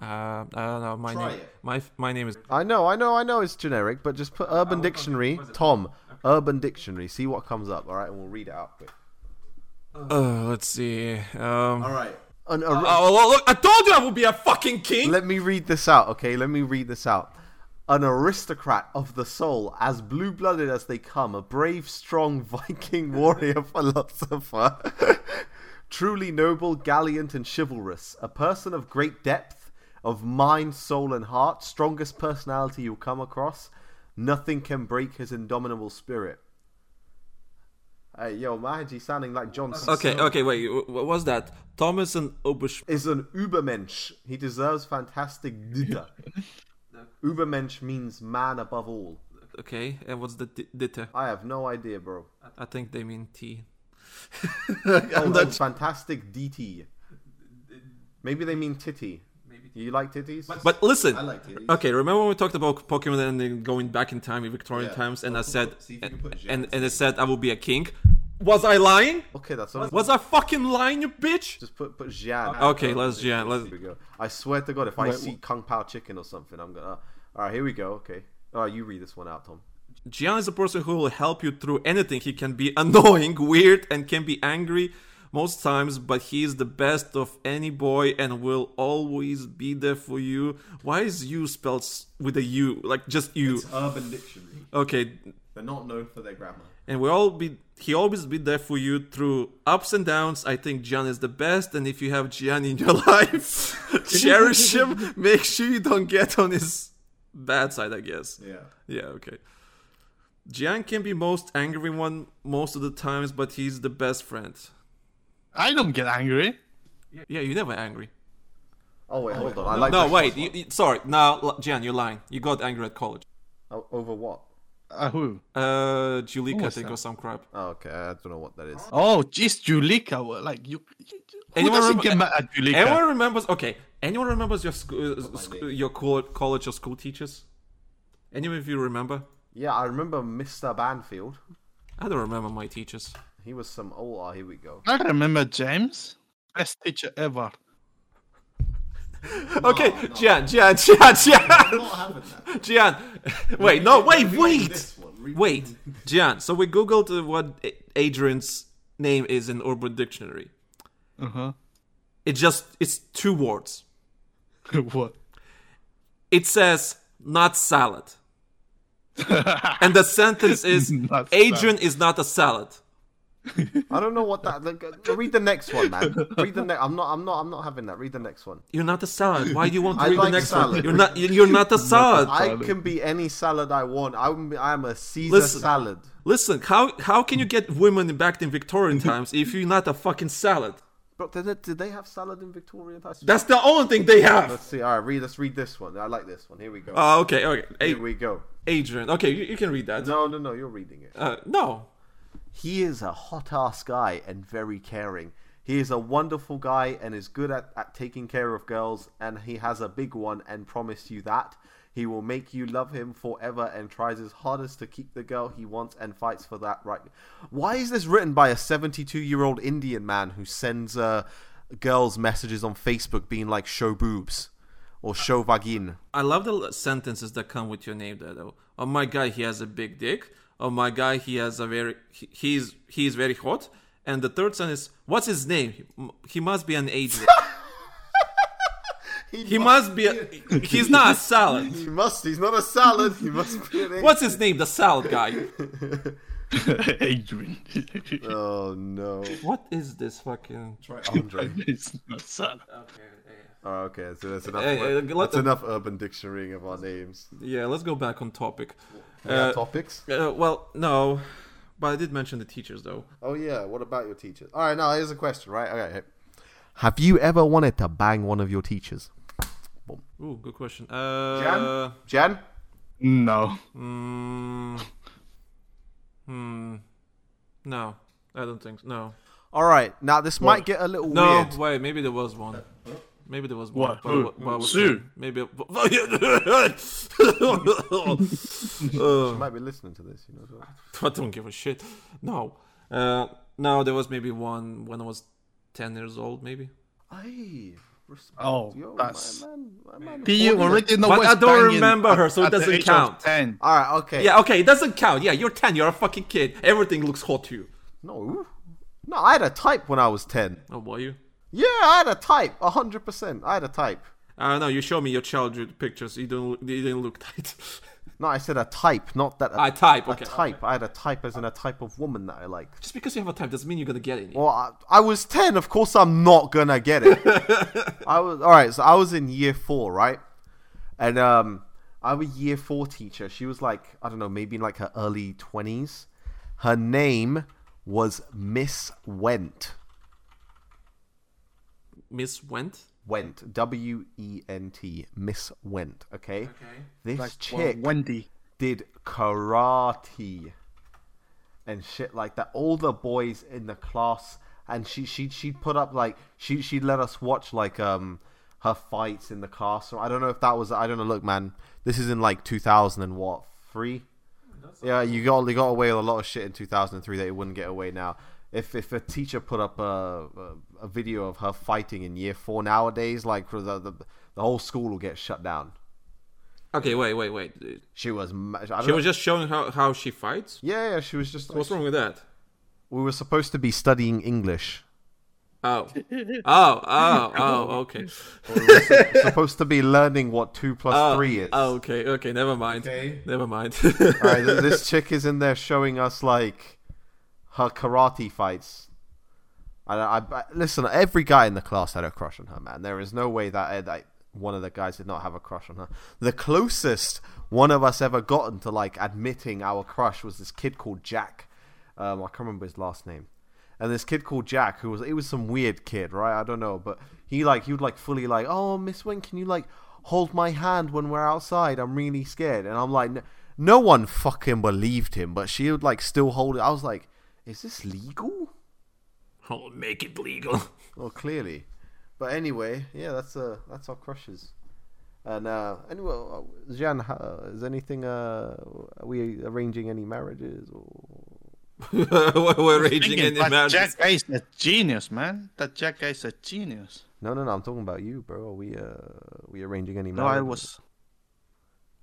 E: Uh, I don't know. My name, my my name is.
G: I know, I know, I know it's generic, but just put Urban Dictionary, Tom, Urban Dictionary, see what comes up, alright, and we'll read it out quick.
E: Uh, let's see. Um,
G: Alright. An, a,
E: oh, look, look, I told you I would be a fucking king.
G: let me read this out, okay? Let me read this out. An aristocrat of the soul, as blue blooded as they come, a brave, strong Viking warrior philosopher, truly noble, gallant, and chivalrous, a person of great depth of mind, soul, and heart, strongest personality you'll come across. Nothing can break his indomitable spirit. Hey, yo, Mahaji sounding like Johnson.
E: okay, okay, wait. wh- What was that? Thomas and Obush.
G: is an Übermensch. He deserves fantastic Ditter. Übermensch means man above all.
E: Okay, and what's the d- ditter?
G: I have no idea, bro.
E: I think they mean tea.
G: Oh, oh, fantastic DT. Maybe they mean titty. You like titties?
E: But listen,
G: like titties.
E: okay. Remember when we talked about Pokemon and then going back in time in Victorian times, and I said, and and I said I will be a king. Was I lying?
G: okay, that's all.
E: Was I fucking lying, you bitch?
G: Just put put Xian.
E: Okay, let's yeah, let's.
G: Here we go. I swear to God, if I see Kung Pao chicken or something, I'm gonna. All right, here we go. Okay. All right, you read this one out, Tom.
E: Gian is a person who will help you through anything. He can be annoying, weird, and can be angry most times, but he is the best of any boy and will always be there for you. Why is you spelled s- with a U? Like just you?
G: Urban Dictionary.
E: Okay,
G: They're not known for their grammar.
E: and we all be he always be there for you through ups and downs. I think Gian is the best, and if you have Gian in your life, cherish him. Make sure you don't get on his bad side, I guess.
G: Yeah.
E: Yeah, okay. Gian can be most angry one most of the times, but he's the best friend.
F: I don't get angry.
E: Yeah, you're never angry.
G: Oh wait, hold on. I like
E: no,
G: this
E: wait.
G: one.
E: You, you- sorry, now Gian, you're lying. You got angry at college.
G: O- Oh, Over what?
F: Uh, who?
E: Uh, Julika, I
F: was
E: think,
F: that?
E: or some crap.
G: Oh, okay, I don't know what that is.
F: Oh, jeez, Julika. well, Like you. Who
E: Anyone
F: doesn't
E: remem-
F: get mad at Julika?
E: Anyone remembers? Okay, anyone remembers your sc- uh, sc- your co- college or school teachers? Anyone of you remember?
G: Yeah, I remember Mr. Banfield.
E: I don't remember my teachers.
G: He was some. Oh, ah, here we go.
F: I remember James, best teacher ever.
E: okay, Gian, Gian, Gian, Gian,
J: Not having that.
E: Gian. Wait, no, wait, wait,
J: This one. Re-
E: wait, Gian. So we googled uh, what A- Adrian's name is in Urban Dictionary.
F: Uh huh.
E: It just it's two words.
F: what?
E: It says not salad, and the sentence is
F: Not
E: Adrian is not a salad.
G: I don't know what that. Like, uh, read the next one, man. Read the next. I'm not. I'm not. I'm not having that. Read the next one.
E: You're not a salad. Why do you want to
G: I
E: read
G: like
E: the next one?
G: salad.
E: You're not. You're not a salad.
G: I can be any salad I want. I'm. I'm a Caesar
E: Listen.
G: salad.
E: Listen, how how can you get women back in Victorian times if you're not a fucking salad?
G: Bro, did they, did they have salad in Victorian times?
E: That's the only thing they have.
G: Let's see. All right, read. Let's read this one. I like this one. Here we go.
E: Oh, okay, okay. Hey,
G: Here we go.
E: Adrian. Okay, you, you can read that.
G: No, no, no. You're reading it.
E: Uh, no.
G: He is a hot ass guy and very caring. He is a wonderful guy and is good at, at taking care of girls, and he has a big one and promise you that. He will make you love him forever and tries his hardest to keep the girl he wants and fights for that right. Why is this written by a 72 year old Indian man who sends uh, girls messages on Facebook being like show boobs or show vagin?
E: I love the l- sentences that come with your name there, though. Oh my god, he has a big dick. Oh my god, he has a very he, he's he is very hot. And the third sentence, what's his name? He, m- he must be an Adrian. he, must be. A, he's not a salad.
G: He must. He's not a salad. He must be an
E: What's his name? The salad guy.
F: Adrian.
G: Oh no.
E: What is this fucking?
F: it's not sad.
G: Oh, okay, so that's enough.
E: Hey, hey, look, let
G: that's
E: the-
G: enough urban dictionarying of our names.
E: Yeah, let's go back on topic.
G: Yeah, topics.
E: Uh, well, no, but I did mention the teachers though.
G: Oh yeah, what about your teachers? All right, now here's a question. Right, okay. here. Have you ever wanted to bang one of your teachers,
E: Ooh, good question. Uh,
G: Jan?
F: No.
E: mm, hmm. No, I don't think so. No.
G: All right, now this might get a little
E: No,
G: weird.
E: wait. Maybe there was one. Maybe there was one.
F: What?
E: but-
F: Who?
E: but- but I was-
F: Sue?
E: Maybe. Uh, Oh.
G: You might be listening to this, you know. so-
E: I don't give a shit. No. Uh, no, there was maybe one when I was ten years old, maybe.
G: Aye, respect.
F: Oh,
G: Yo, my
F: that's.
G: man, my man.
F: Do you already know
E: But
F: what's
E: I don't
F: banging
E: remember her,
F: at-
E: so it
F: at the
E: doesn't
F: age of
E: count.
F: 10?
G: All right, okay.
E: Yeah, okay, it doesn't count. Yeah, you're 10, you're a fucking kid. Everything looks hot to you.
G: No, no, I had a type when I was ten.
E: Oh, were you?
G: Yeah, I had a type, hundred percent. I had a type.
E: I don't know, you show me your childhood pictures, you don't look, you didn't look tight.
G: No, I said a type, not that. A,
E: I type, okay.
G: A type. I had a type as in a type of woman that I liked.
E: Just because you have a type doesn't mean you're gonna get any.
G: Well, I, I was 10. Of course, I'm not going to get it. I was, all right. So I was in year four, right? And, um, our year four teacher, she was like, I don't know, maybe in like her early 20s. Her name was Miss Went.
E: Miss Went?
G: Went. W E N T. Miss Went. Okay. This
F: Well,
G: chick
F: Wendy.
G: did karate and shit like that. All the boys in the class, and she she she put up like she she let us watch like um her fights in the classroom. I don't know if that was I don't know. Look, man, this is in like two thousand and what three? Yeah, you got you got away with a lot of shit in two thousand and three that you wouldn't get away now. If, if a teacher put up a, a a video of her fighting in year four nowadays, like the the, the whole school will get shut down.
E: Okay, wait, wait, wait.
G: She was ma- I don't
E: She
G: know-
E: was just showing how, how she fights?
G: yeah, yeah, she was just.
E: What's wrong with that?
G: We were supposed to be studying English.
E: Oh. Oh, oh, oh, okay.
G: supposed to be learning what two plus three is.
E: Oh, okay, okay, never mind.
J: Okay.
E: Never mind.
G: All right, th- this chick is in there showing us like her karate fights. I, I, I listen. Every guy in the class had a crush on her, man. There is no way that, eh, that one of the guys did not have a crush on her. The closest one of us ever gotten to like admitting our crush was this kid called Jack. Um, I can't remember his last name. And this kid called Jack, who was it was some weird kid, right? I don't know, but he like he would like fully like, oh Miss Wing, can you like hold my hand when we're outside? I'm really scared. And I'm like, "N- No one fucking believed him, but she would like still hold it. I was like, is this legal?
E: I'll make it legal.
G: Well, clearly. But anyway, yeah, that's uh, that's our crushes. And uh, anyway, uh, Jean, how, is anything? Uh, are we arranging any marriages? Or...
E: we're, we're raging in
F: Thinking, but
E: imagine.
F: Jack Ace is a genius, man. That Jack Ace is a genius.
G: No, no, no. I'm talking about you, bro. Are we uh, we arranging any?
F: No, I was.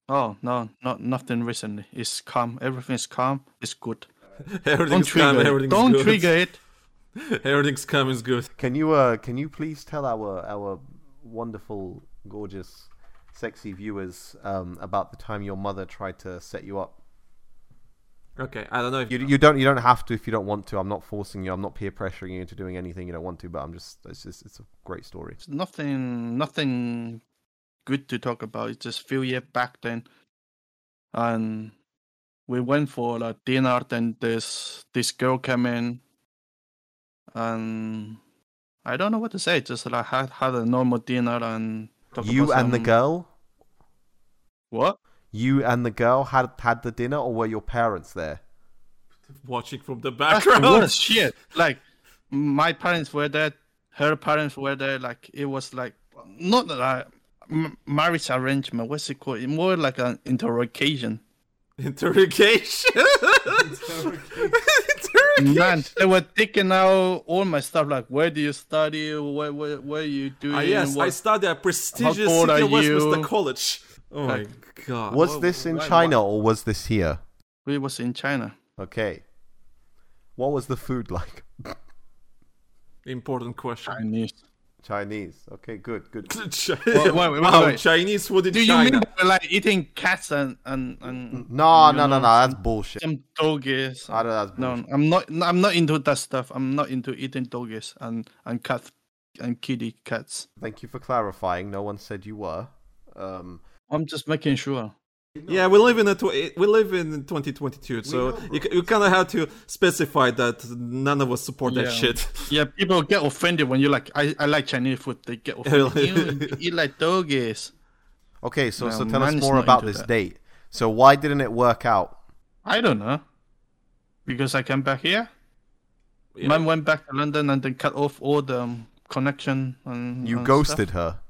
F: Oh no, not nothing recently. It's calm. Everything's calm. It's good. Don't
E: Everything's
F: trigger.
E: calm.
F: It.
E: Everything's
F: Don't
E: good.
F: trigger it.
E: Everything's calm is good.
G: Can you uh can you please tell our our wonderful, gorgeous, sexy viewers um about the time your mother tried to set you up?
E: Okay, I don't know if
G: You you don't you don't have to if you don't want to. I'm not forcing you. I'm not peer pressuring you into doing anything you don't want to. But I'm just it's just it's a great story.
F: It's nothing. Nothing good to talk about. It's just few years back then, and we went for a dinner. Then this this girl came in, and I don't know what to say. Just like had had a normal dinner and talk
G: You
F: about
G: and the
F: some-
G: girl.
F: What?
G: You and the girl had had the dinner, or were your parents there?
E: watching from the
F: That's the
E: background.
F: worst Oh, shit. Like my parents were there, her parents were there. Like it was like not that I, m- marriage arrangement. What's it called? More like an interrogation.
E: Interrogation. Interrogation.
F: Man, they were taking out all my stuff. Like where do you study? Where where, where you doing?
E: Ah, yes, I
F: What-
E: studied at prestigious
F: old are
E: City of Westminster
F: you?
E: College. Oh my god.
G: Was this in China or was this here?
F: we was in China.
G: Okay. What was the food like?
E: Important question.
F: Chinese.
G: Chinese. Okay, good, good.
E: Chi-
F: Wait, wait, wait,
E: wow,
F: wait.
E: Chinese food in
F: Do you
E: China.
F: mean we're, like eating cats and and and
G: No,
F: you
G: no, no, no.
F: know,
G: That's bullshit.
F: some doggies?
G: I don't. That's bullshit.
F: No, I'm not. no, I'm not into that stuff. I'm not into eating doggies and and cat and kitty cats.
G: Thank you for clarifying. No one said you were. Um,
F: I'm just making sure.
E: Yeah, we live in a tw- we live in 2022, so you, you kind of have to specify that none of us support that
F: Yeah.
E: shit.
F: Yeah, people get offended when you're like, I, I like Chinese food. They get offended. you, you like doggies.
G: okay, so
F: No,
G: so tell us
F: mine is
G: more
F: not
G: about
F: into
G: this
F: that.
G: date. So why didn't it work out?
F: I don't know. Because I came back here.
E: Yeah.
F: Man went back to London and then cut off all the um, connection and
G: You
F: and
G: ghosted
F: stuff.
G: her.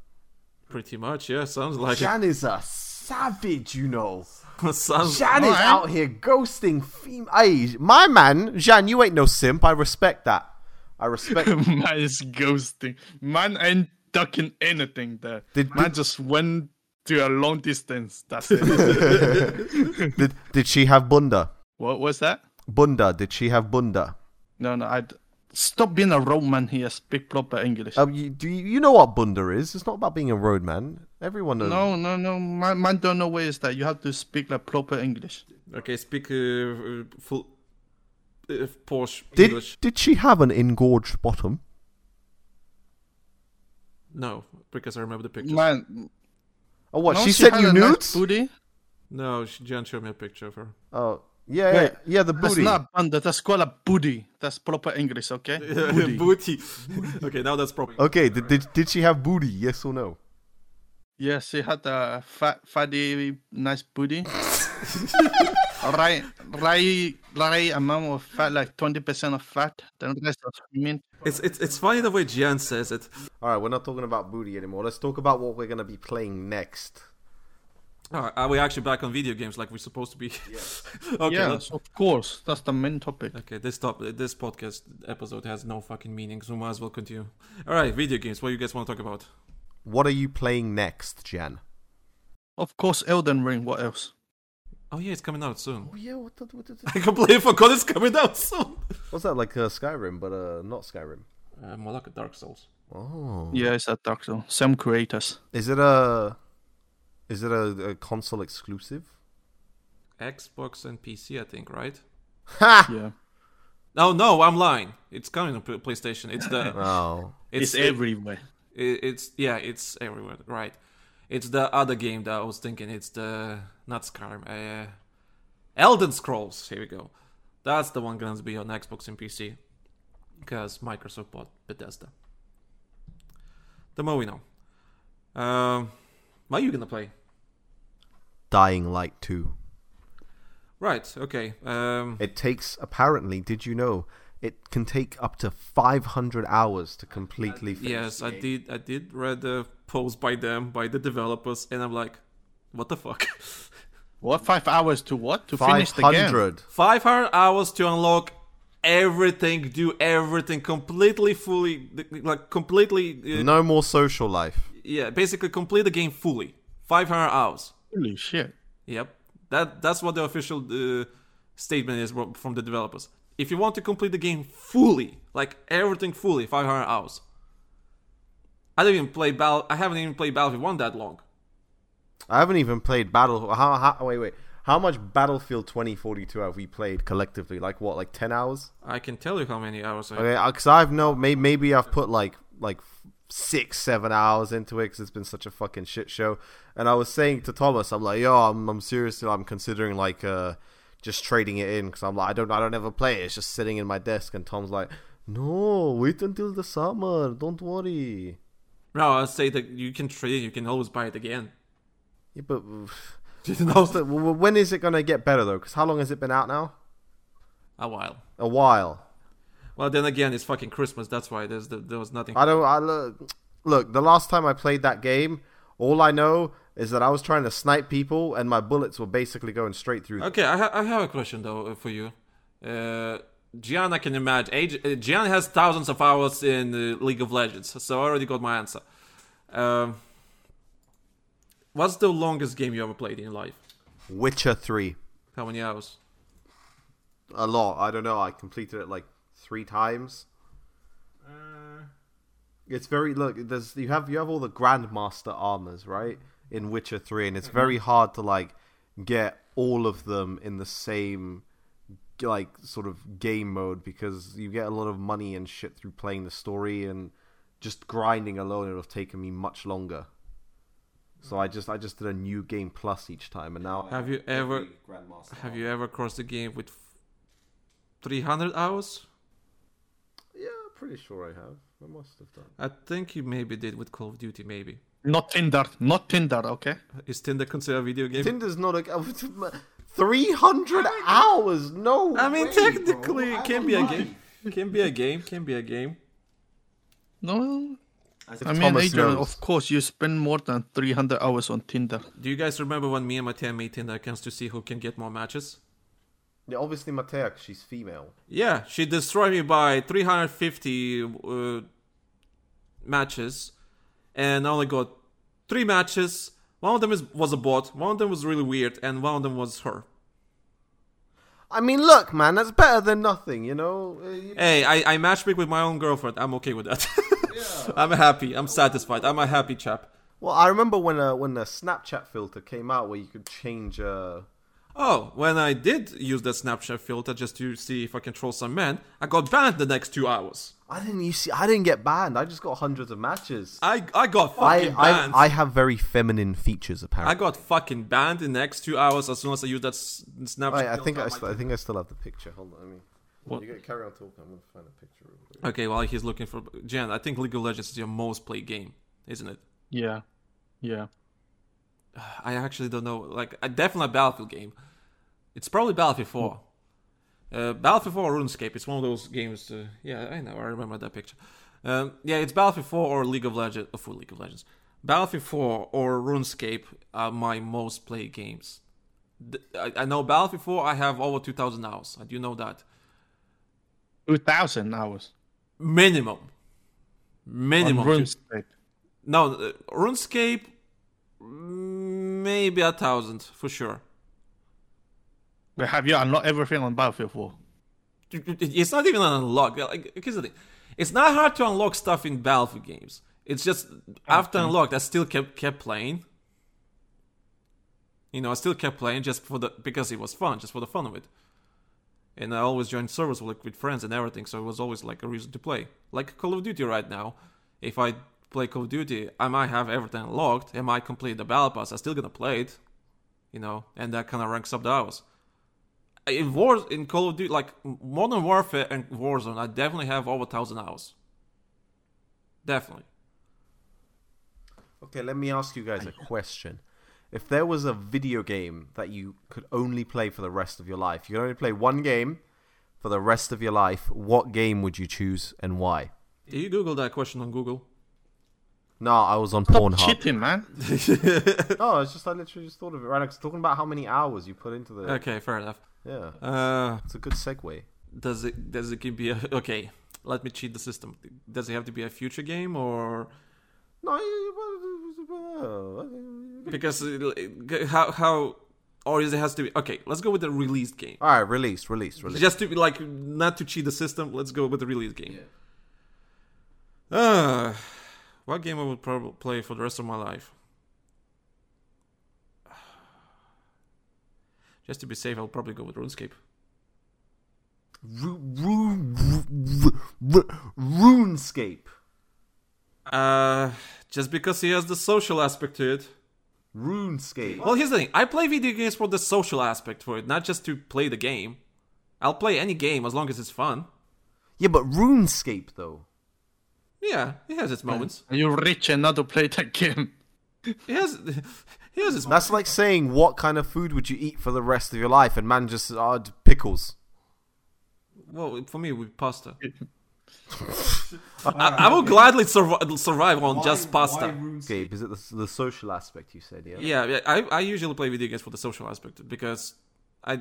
E: Pretty much, yeah. Sounds like
G: Jan is a savage, you know.
E: it. sounds
G: Jan is
F: Alright.
G: out here ghosting fem- Ay, my man, Jan, you ain't no simp. I respect that. I respect.
F: Man is ghosting. Man ain't ducking anything there.
G: Did-
F: Man
G: did-
F: just went to a long distance. That's it.
G: did did she have bunda?
F: What was that?
G: Bunda? Did she have bunda?
F: No, no, I stop being a Roman here. Speak proper English.
G: Um, you, do you, you know what bunda is? It's not about being a roadman. Everyone knows.
F: no, no, no, man, man don't know where is that. You have to speak like proper English.
E: okay. Speak uh, uh, full uh, Porsche
G: Did
E: English.
G: did she have an engorged bottom?
E: No, because I remember the pictures.
F: Man,
G: Oh, what?
F: no,
G: she, sent
F: had
G: you
F: a nice
G: nudes?
F: booty.
E: No, she, Jan showed me a picture of her.
G: oh, yeah, yeah,
F: Wait,
G: yeah, the
F: That's
G: booty.
F: not banda. That's called a booty. That's proper English, okay? Booty.
E: Booty. okay, now that's probably.
G: Okay, did, did did she have booty? Yes or no?
F: yeah, she had a fat, fatty, nice booty. right, right, right amount of fat, like twenty percent of fat. Then the rest of mean.
E: It's it's it's funny the way Jan says it.
G: All right, we're not talking about booty anymore. Let's talk about what we're gonna be playing next.
E: Alright, Uh, are we actually back on video games like we're supposed to be? okay,
F: Yeah,
E: let's-
F: of course. That's the main topic.
E: okay. This top this podcast episode has no fucking meaning, so might as well continue. All right, video games. What you guys want to talk about?
G: What are you playing next, Jan?
F: Of course, Elden Ring. What else?
E: Oh yeah, it's coming out soon.
G: Yeah, what, the, what the,
E: I completely forgot it's coming out soon.
G: what's that like? Uh, Skyrim, but uh, not Skyrim.
E: Uh, more like a Dark Souls.
G: Oh,
F: Yeah, it's a Dark Souls. Some creators.
G: is it a is it a, a console exclusive?
E: Xbox and PC, I think, right?
G: Ha!
F: Yeah.
E: No, no, I'm lying. It's coming on P- PlayStation. It's the
G: Oh,
E: it's
F: everywhere.
E: it- it's yeah, it's everywhere. Right. It's the other game that I was thinking. It's the not Skyrim. Uh, Elden Scrolls. Here we go. That's the one going to be on Xbox and PC because Microsoft bought Bethesda. The more we know. Um, what are you gonna play?
G: Dying Light Two.
E: Right. Okay. Um,
G: It takes, apparently, did you know, it can take up to 500 hours to completely finish.
E: yes, I did. I did read the post by them by the developers, and I'm like, what the fuck?
F: What five hours to what to finish the game?
G: 500.
E: Five hundred hours to unlock everything, do everything completely, fully, like completely. Uh,
G: No more social life.
E: Yeah, basically complete the game fully. Five hundred hours.
F: Holy shit!
E: Yep. That that's what the official uh, statement is from from the developers. If you want to complete the game fully, like everything fully, 500 hours. I didn't even play Battle. I haven't even played Battlefield 1 that long.
G: I haven't even played Battle. How, how, wait, wait. How much Battlefield 2042 have we played collectively? Like what? Like 10 hours?
E: I can tell you how many hours. I,
G: Okay, because I've no. May, maybe I've put like like six, seven hours into it because it's been such a fucking shit show. And I was saying to Thomas, I'm like, yo, I'm, I'm seriously, I'm considering like uh just trading it in because I'm like, I don't, I don't ever play it. It's just sitting in my desk. And Tom's like, no, wait until the summer. Don't worry.
E: no, I say that you can trade it. You can always buy it again.
G: Yeah, but
E: You know,
G: but w- w- when is it gonna get better though? Because how long has it been out now?
E: a while.
G: A while.
E: Well, then again, it's fucking Christmas. That's why there's the, there was nothing.
G: I don't. I look, look. The last time I played that game, all I know is that I was trying to snipe people, and my bullets were basically going straight through. them.
E: Okay, I, ha- I have a question though uh, for you. Uh, Gian, I can imagine. Age- uh, Gian has thousands of hours in uh, League of Legends, so I already got my answer. Um, what's the longest game you ever played in your life?
G: Witcher Three,
E: How many hours?
G: a lot. I don't know. I completed it like three times. It's very look. There's you have you have all the Grandmaster armors right in Witcher Three, and it's very hard to like get all of them in the same like sort of game mode because you get a lot of money and shit through playing the story and just grinding alone it would have taken me much longer so i just i just did a new game plus each time and now
E: Have you ever have you ever crossed the game with three hundred hours?
G: yeah pretty sure i have i must have done
E: I think you maybe did with Call of Duty. Maybe
F: Not Tinder, not Tinder. Okay.
E: is Tinder considered a video game?
G: tinder's not a 300 hours no
E: I mean,
G: way, bro.
E: technically, it can be a game. Can be a game. Can be a game.
F: No. I
G: If
F: mean,
G: Thomas
F: Adrian,
G: knows.
F: of course, you spend more than 300 hours on Tinder.
E: Do you guys remember when me and my team made Tinder accounts to see who can get more matches?
G: yeah, obviously matea 'cause she's female
E: Yeah, she destroyed me by 350 uh, matches, and I only got three matches. One of them is, was a bot, one of them was really weird, and one of them was her.
G: i mean look man that's better than nothing you know Uh, you-
E: Hey, I, I matchmake with my own girlfriend. I'm okay with that. I'm happy. I'm satisfied. I'm a happy chap.
G: well i remember when uh, when the snapchat filter came out where you could change uh
E: Oh, when I did use that Snapchat filter just to see if I can troll some men, I got banned the next two hours.
G: I didn't. You see, I didn't get banned. I just got hundreds of matches.
E: I, I got
G: I,
E: fucking
G: I,
E: banned.
G: I have very feminine features,
E: I
G: apparently.
E: got fucking banned in the next two hours as soon as I used that s- Snapchat.
G: Wait, I think I,
E: filter.
G: st- I think I still have the picture. Hold on, I mean, you gotta carry on talking. I'm gonna find a picture. Real quick.
E: Okay, while he's looking for Jen, I think League of Legends is your most played game, isn't it?
F: Yeah. Yeah.
E: I actually don't know. Like, I definitely a Battlefield game. It's probably Battlefield 4. Uh, Battlefield 4 or RuneScape. It's one of those games. Uh, yeah, I know. I remember that picture. Um, yeah, it's Battlefield 4 or League of Legends. Oh, for League of Legends, Battlefield 4 or RuneScape are my most played games. Th- I, I know Battlefield 4. I have over 2,000 hours. I do know that
F: 2,000 hours.
E: minimum.
F: On
E: Minimum. two-
F: RuneScape.
E: No, uh, RuneScape, maybe a thousand for sure.
F: But have you unlocked everything on Battlefield 4?
E: It's not even an unlock. Like, here's the thing: it's not hard to unlock stuff in Battlefield games. It's just after unlocked, I still kept kept playing. You know, I still kept playing just for the because it was fun, just for the fun of it. And I always joined servers with, with friends and everything, so it was always like a reason to play. Like Call of Duty right now, if I play Call of Duty, I might have everything unlocked. I might complete the battle pass. I'm still gonna play it, you know, and that kind of ranks up the hours in wars in Call of Duty, like Modern Warfare and Warzone, I definitely have over thousand hours. Definitely.
G: Okay, let me ask you guys a question. If there was a video game that you could only play for the rest of your life, you could only play one game for the rest of your life, what game would you choose and why?
E: Did you Google that question on Google?
G: Nah, I was on Pornhub.
F: Cheating, man.
G: No, it's just I literally just thought of it right now. 'cause talking about how many hours you put into the
E: Okay, fair enough.
G: yeah,
E: Uh,
G: it's a good segue.
E: does it does it could be a, okay? Let me cheat the system. Does it have to be a future game or
G: No, you- well, okay.
E: because it- how how or is it has to be okay? Let's go with the released game.
G: all right, release, release, release.
E: Just to be like not to cheat the system. Let's go with the release game. Uh, what game I would probably play for the rest of my life? Just to be safe, I'll probably go with RuneScape.
G: Ru- Ru- Ru- Ru- RuneScape.
E: Uh, just because he has the social aspect to it.
G: RuneScape.
E: Well, here's the thing. I play video games for the social aspect for it, not just to play the game. I'll play any game as long as it's fun.
G: Yeah, but RuneScape though.
E: Yeah, it has its moments.
F: Are you rich and not to play that game?
E: It has, it has its
G: That's like saying what kind of food would you eat for the rest of your life, and man just says, "Oh, d- pickles.
E: Well, for me, it would be pasta. I, I will gladly survive, survive on just pasta.
G: RuneScape is it the, the social aspect you said? Yeah.
E: yeah, yeah, I, I usually play video games for the social aspect because I,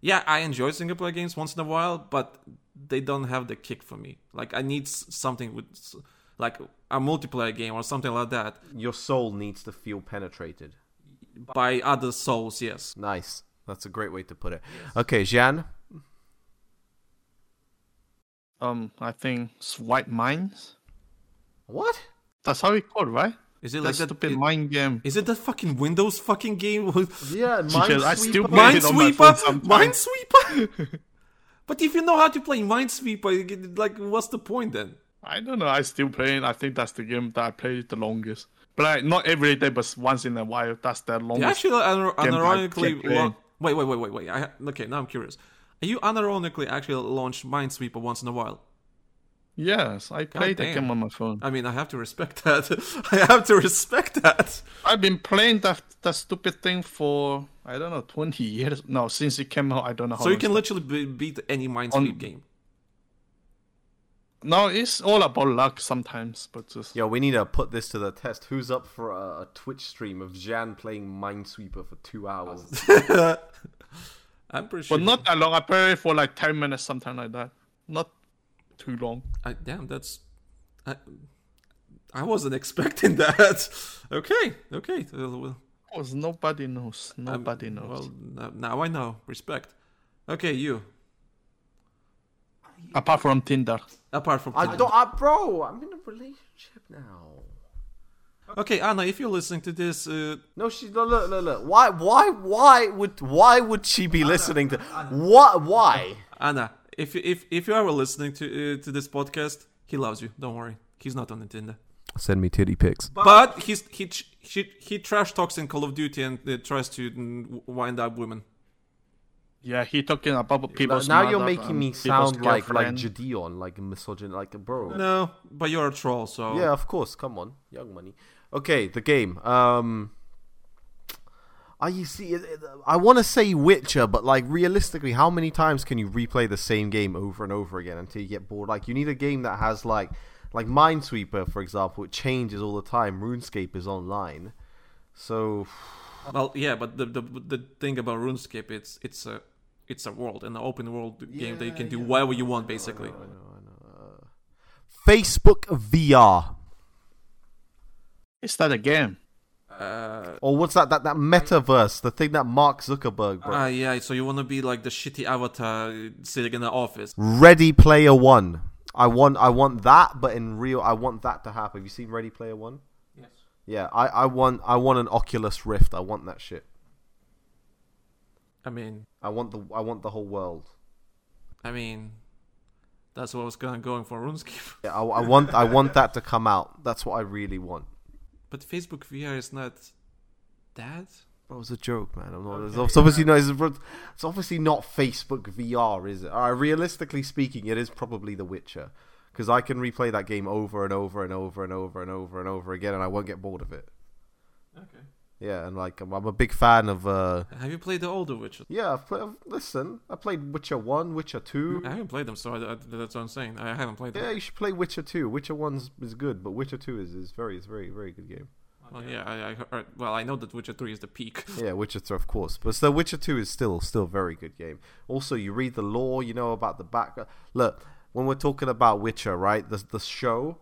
E: yeah, I enjoy single player games once in a while, but they don't have the kick for me. Like I need s- something with, s- like a multiplayer game or something like that
G: Your soul needs to feel penetrated.
E: by other souls. Yes,
G: Nice. That's a great way to put it. Okay, Jean.
F: Um, I think swipe mines.
G: What?
F: That's how it's called, right?
E: is it
F: That
E: like that?
F: stupid
E: i-
F: mine game.
E: Is it that fucking Windows fucking game?
G: Yeah,
F: Because I still
G: Minesweeper.
F: play it on my phone
E: Minesweeper,
F: sometimes.
E: Minesweeper. but if you know how to play Minesweeper, like, what's the point then?
F: I don't know. I still play it. I think that's the game that I played the longest. But like, not every day, but once in a while. That's the
E: You
F: longest.
E: actually un-
F: Game Boy
E: unironically
F: Jack Green.
E: lo- wait, wait, wait, wait, wait. I ha- okay, now I'm curious. You unironically actually launched Minesweeper once in a while.
F: Yes, I played the
E: damn.
F: game on my phone.
E: I mean, I have to respect that. I have to respect that.
F: I've been playing that that stupid thing for I don't know twenty years. No, since it came out, I don't know how.
E: So you
F: long
E: can
F: it's-
E: literally be- beat any Minesweep
F: On-
E: game.
F: No, it's all about luck sometimes, but just
G: Yo, we need to put this to the test. Who's up for a, a Twitch stream of Jan playing Minesweeper for two hours?
E: I'm pretty sure.
F: but not that long. I play it for like ten minutes, something like that. Not too long.
E: I, damn, that's. I, I wasn't expecting that. Okay, okay. Uh, well,
F: Cause nobody knows.
G: Um,
F: Nobody knows.
E: well, n- now I know. Respect. Okay, you.
F: Apart from Tinder.
E: Apart from
G: I
E: Tinder.
G: don't, I, bro. I'm in a relationship now.
E: Okay, Anna, if you're listening to this, uh,
G: No, she no, look, look, look. Why, why, why would, why would she be listening to? What, why?
E: Anna, if you if if you ever listening to uh, to this podcast, he loves you. Don't worry, he's not on Nintendo.
G: Send me titty pics.
E: But he's he ch- he, he trash talks in Call of Duty and uh, tries to mm, w- wind up women.
F: Yeah, he talking about people's.
G: now you're
F: mother
G: making
F: and
G: me
F: people's
G: sound like like
F: girlfriend.
G: Jadeon, like a misogynist, like a bro.
E: No, but you're a troll, so
G: Yeah, of course. Come on, Young Money. Okay, the game. Um, I you see, it- it- I want to say Witcher, but like realistically, how many times can you replay the same game over and over again until you get bored? Like you need a game that has like, like Minesweeper, for example, it changes all the time. RuneScape is online, so
E: well, yeah. But the, the the thing about RuneScape, it's it's a it's a world, an open world game that you can do whatever you want, basically.
G: Facebook VR
F: Is that a game?
G: or what's that that that metaverse, the thing that Mark Zuckerberg
E: Ah,
G: brought.
E: yeah. So you want to be like the shitty avatar uh, sitting in the office?
G: Ready Player One. I want I want that, but in real, I want that to happen. Have you seen Ready Player One? Yes. Yeah, I, I want I want an Oculus Rift. I want that shit.
E: I mean,
G: I want the I want the whole world.
E: I mean, that's what I was going going for RuneScape.
G: Yeah, I, I want I want that to come out. That's what I really want.
E: But Facebook VR is not that.
G: Bro, it's a joke, man. I'm not. it's, obviously not. It's, it's obviously not Facebook VR, is it? All right, realistically speaking, it is probably The Witcher, because I can replay that game over and over and over and over and over and over again, and I won't get bored of it.
E: Okay.
G: Yeah, and like I'm, I'm a big fan of. uh
E: Have you played the older Witcher?
G: Yeah, I've played. Listen, I played Witcher One, Witcher Two.
E: I haven't played them, so I, I- that's what I'm saying. I haven't played them.
G: Yeah, you should play Witcher Two. Witcher One's is good, but Witcher Two is is very is very very good game.
E: Well, Oh, yeah, I, I heard, well, I know that Witcher 3 is the peak.
G: Yeah, Witcher 3, of course. But so Witcher 2 is still still a very good game. Also, you read the lore, you know about the back. Look, when we're talking about Witcher, right? The the show,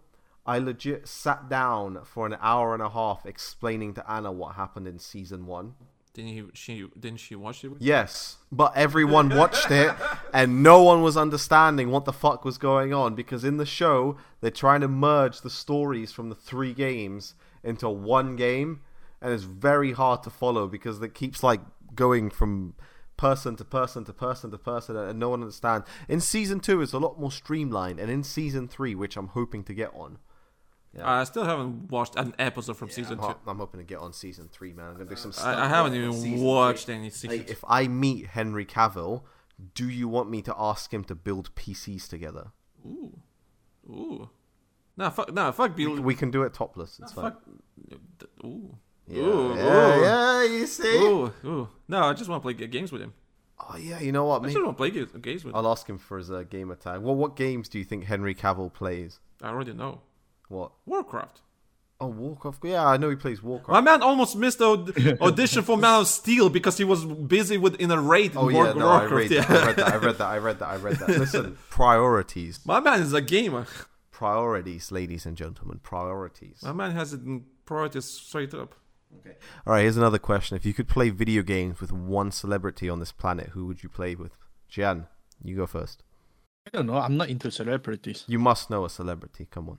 G: I legit sat down for an hour and a half explaining to Anna what happened in season 1.
E: Didn't he? She didn't she watch it?
G: Yes, but everyone watched it and no one was understanding what the fuck was going on because in the show they're trying to merge the stories from the three games into one game and it's very hard to follow because it keeps like going from person to person to person to person and no one understands. In season 2 it's a lot more streamlined and in season 3 which I'm hoping to get on.
E: I still haven't watched an episode from season
G: I'm,
E: two.
G: ho- I'm hoping to get on season 3 man. I'm going to do some stuff.
E: I, I haven't even
G: Season
E: watched any season.
G: Like, if I meet Henry Cavill, do you want me to ask him to build PCs together?
E: Ooh, ooh. Nah, fuck. Nah, fuck. Be,
G: We can do it topless. It's fine.
E: fuck. Ooh.
G: Yeah,
E: Ooh,
G: yeah,
E: ooh.
G: yeah, you see?
E: Ooh, ooh. No, I just want to play g- games with him.
G: Oh yeah, you know what?
E: I
G: Maybe
E: just want to play ga- games with him.
G: I'll ask him for his uh, gamer tag. Well, what games do you think Henry Cavill plays?
E: I already know.
G: What?
E: Warcraft.
G: Oh, Warcraft. Yeah, I know he plays Warcraft.
E: My man almost missed the aud- audition for Man of Steel because he was busy with in a raid in
G: Oh
E: War-
G: yeah, no, I
E: Warcraft.
G: read,
E: yeah.
G: I read that. I read that. I read that. I read that. Listen, priorities,
E: My man is a gamer.
G: priorities, ladies and gentlemen, priorities.
E: My man has it in priorities straight up.
G: All right, here's another question. If you could play video games with one celebrity on this planet, who would you play with? Jan, you go first.
F: I don't know. I'm not into celebrities.
G: You must know a celebrity. Come on.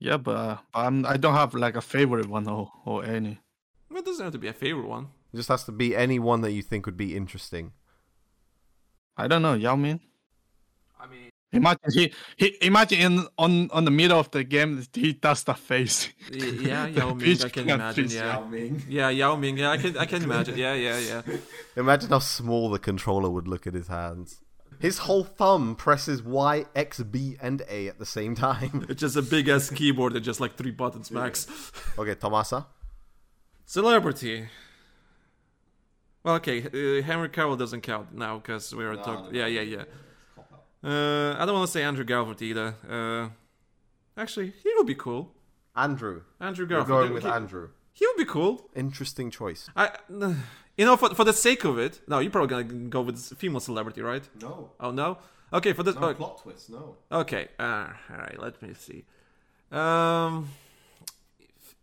F: Yeah, but uh, I'm. I don't have like a favorite one or or any.
E: It doesn't have to be a favorite one.
G: It just has to be anyone that you think would be interesting.
F: I don't know. Yao Ming.
E: I mean,
F: Imagine he, he imagine in on on the middle of the game he does the face.
E: yeah,
F: The
E: Yao Ming.
F: peach
E: I can
F: can't
E: imagine.
F: face
E: Yeah, yeah, Yao Ming. Yeah, I can. I can imagine. Yeah, yeah, yeah.
G: Imagine how small the controller would look at his hands. His whole thumb presses Y, X, B, and A at the same time.
E: It's just a big ass keyboard and just like three buttons max.
G: Okay, Tomasa.
E: Celebrity. Well, okay, uh, Henry Cavill doesn't count now because we were talking. Yeah, yeah, yeah. Uh, I don't want to say Andrew Garfield either. Uh, actually, he would be cool.
G: Andrew.
E: Andrew
G: You're
E: Garfield.
G: going with
E: he,
G: Andrew.
E: He would be cool.
G: Interesting choice.
E: I, you know, for for the sake of it. No, you're probably gonna go with female celebrity, right? No. Oh no. Okay, for this. oh,
K: Plot twist, no.
E: Okay. Uh, all right. Let me see. Um.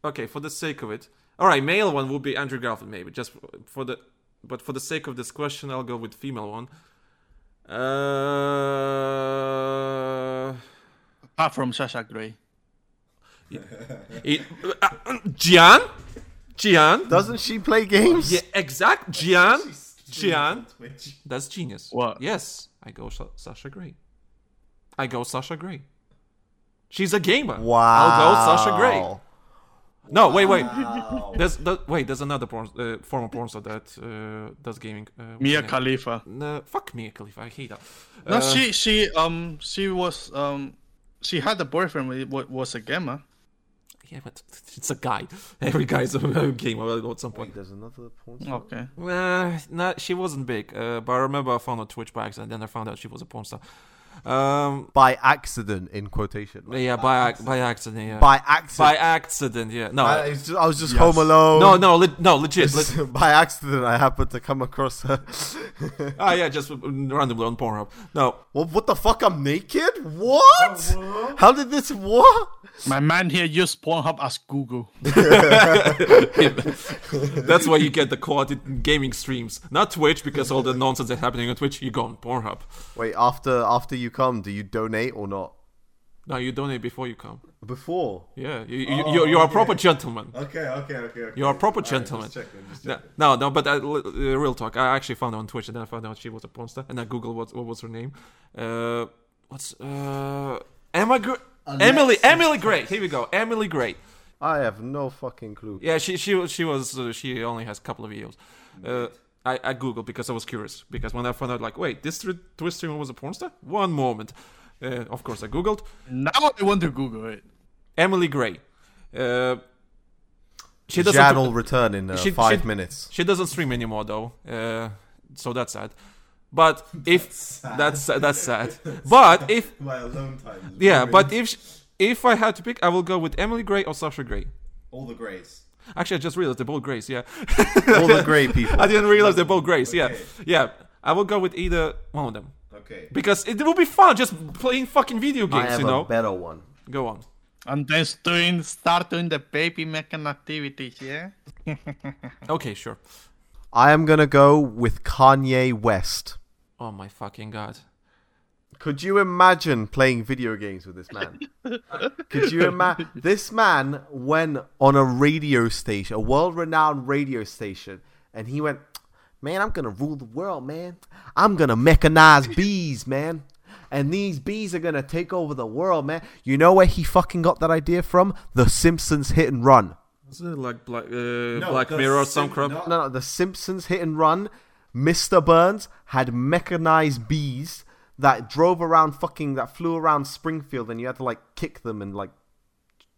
E: Okay, for the sake of it. All right, male one would be Andrew Garfield, maybe just for the. But for the sake of this question, I'll go with female one. Uh.
F: Apart from Sasha Grey.
E: It, uh, uh, Gian, Gian.
G: Doesn't she play games?
E: Yeah, exact. Gian, Gian. That's genius.
F: What?
E: Yes, I go Sa- Sasha Grey. I go Sasha Grey. She's a gamer.
G: Wow.
E: I'll go Sasha Grey. No, wait, wait. There's that, wait. There's another porn, uh, former porn star that uh, does gaming. Uh, what's
F: Mia
E: her name?
F: Khalifa.
E: No, fuck Mia Khalifa. I hate her.
F: No,
E: Uh,
F: she she um she was um she had a boyfriend what was a gamer.
E: Yeah, but it's a guy. Every guy's a gamer at some point.
G: Wait, there's another porn star.
F: Okay.
E: Uh, no, she wasn't big. Uh, but I remember I found her Twitch by accident. Then I found out she was a porn star. Um,
G: By accident, in quotation.
E: yeah, by ac- by accident. Yeah.
G: By accident.
E: By accident. Yeah. No.
G: I, it's just- I was just home alone.
E: no, no, le- no, legit. le-
G: By accident, I happened to come across her.
E: ah, yeah, just randomly on Pornhub. No,
G: well, what the fuck? I'm naked? What? How did this? What?
F: My man here used Pornhub as Google.
E: That's why you get the quality gaming streams, not Twitch, because all the nonsense that's happening on Twitch, you go on Pornhub.
G: Wait, after after you come, do you donate or not?
E: No, you donate before you come.
G: Before.
E: Yeah, you, you, you, you're a proper gentleman.
K: Okay, okay, okay, okay.
E: You're a proper gentleman. No, no, no, but I, l- uh, real talk. I actually found her on Twitch, and then I found out she was a porn star, and I googled what what was her name. Uh, what's uh, Emma Gr- Emily Emily Gray. Here we go, Emily Gray.
G: I have no fucking clue.
E: Yeah, she she was- she was uh, she only has a couple of videos. Uh, I I googled because I was curious because when I found out like wait this thr- Twitch streamer was a porn star. One moment, uh, of course I googled
F: Now I want to Google it.
E: Emily Gray. Uh, She doesn't.
G: Jan will return in uh,
E: She-
G: five
E: she-
G: minutes.
E: She doesn't stream anymore though, uh, so that's sad. But if that's sad. that's sad. But if
J: My alone time. is
E: yeah,
J: ruined.
E: but if sh- if I had to pick, I will go with Emily Gray or Sasha Gray.
J: all the grays.
E: Actually, I just realized they're both Grays. Yeah,
G: All the grey people.
E: I didn't realize they're both Grays. Yeah,
J: Okay.
E: yeah. I will go with either one of them
J: Okay.
E: because it will be fun just playing fucking video
K: I
E: games.
K: have
E: You know.
K: a better one.
E: go on.
F: And then doing, start doing the baby making activities, yeah?
E: Okay, sure.
G: I am gonna go with Kanye West.
E: Oh my fucking god.
G: Could you imagine playing video games with this man? Could you imagine this man when on a radio station, a world-renowned radio station, and he went, "Man, I'm gonna rule the world, man. I'm gonna mechanize bees, man." And these bees are gonna take over the world, man. You know where he fucking got that idea from? The Simpsons Hit and Run.
E: Is it like Black, uh,
J: No,
E: Black
J: the
E: Mirror or
J: sim-
E: some crap?
J: not-
G: No, no, the Simpsons hit and run. Mr. Burns had mechanized bees that drove around fucking that flew around Springfield, and you had to like kick them and like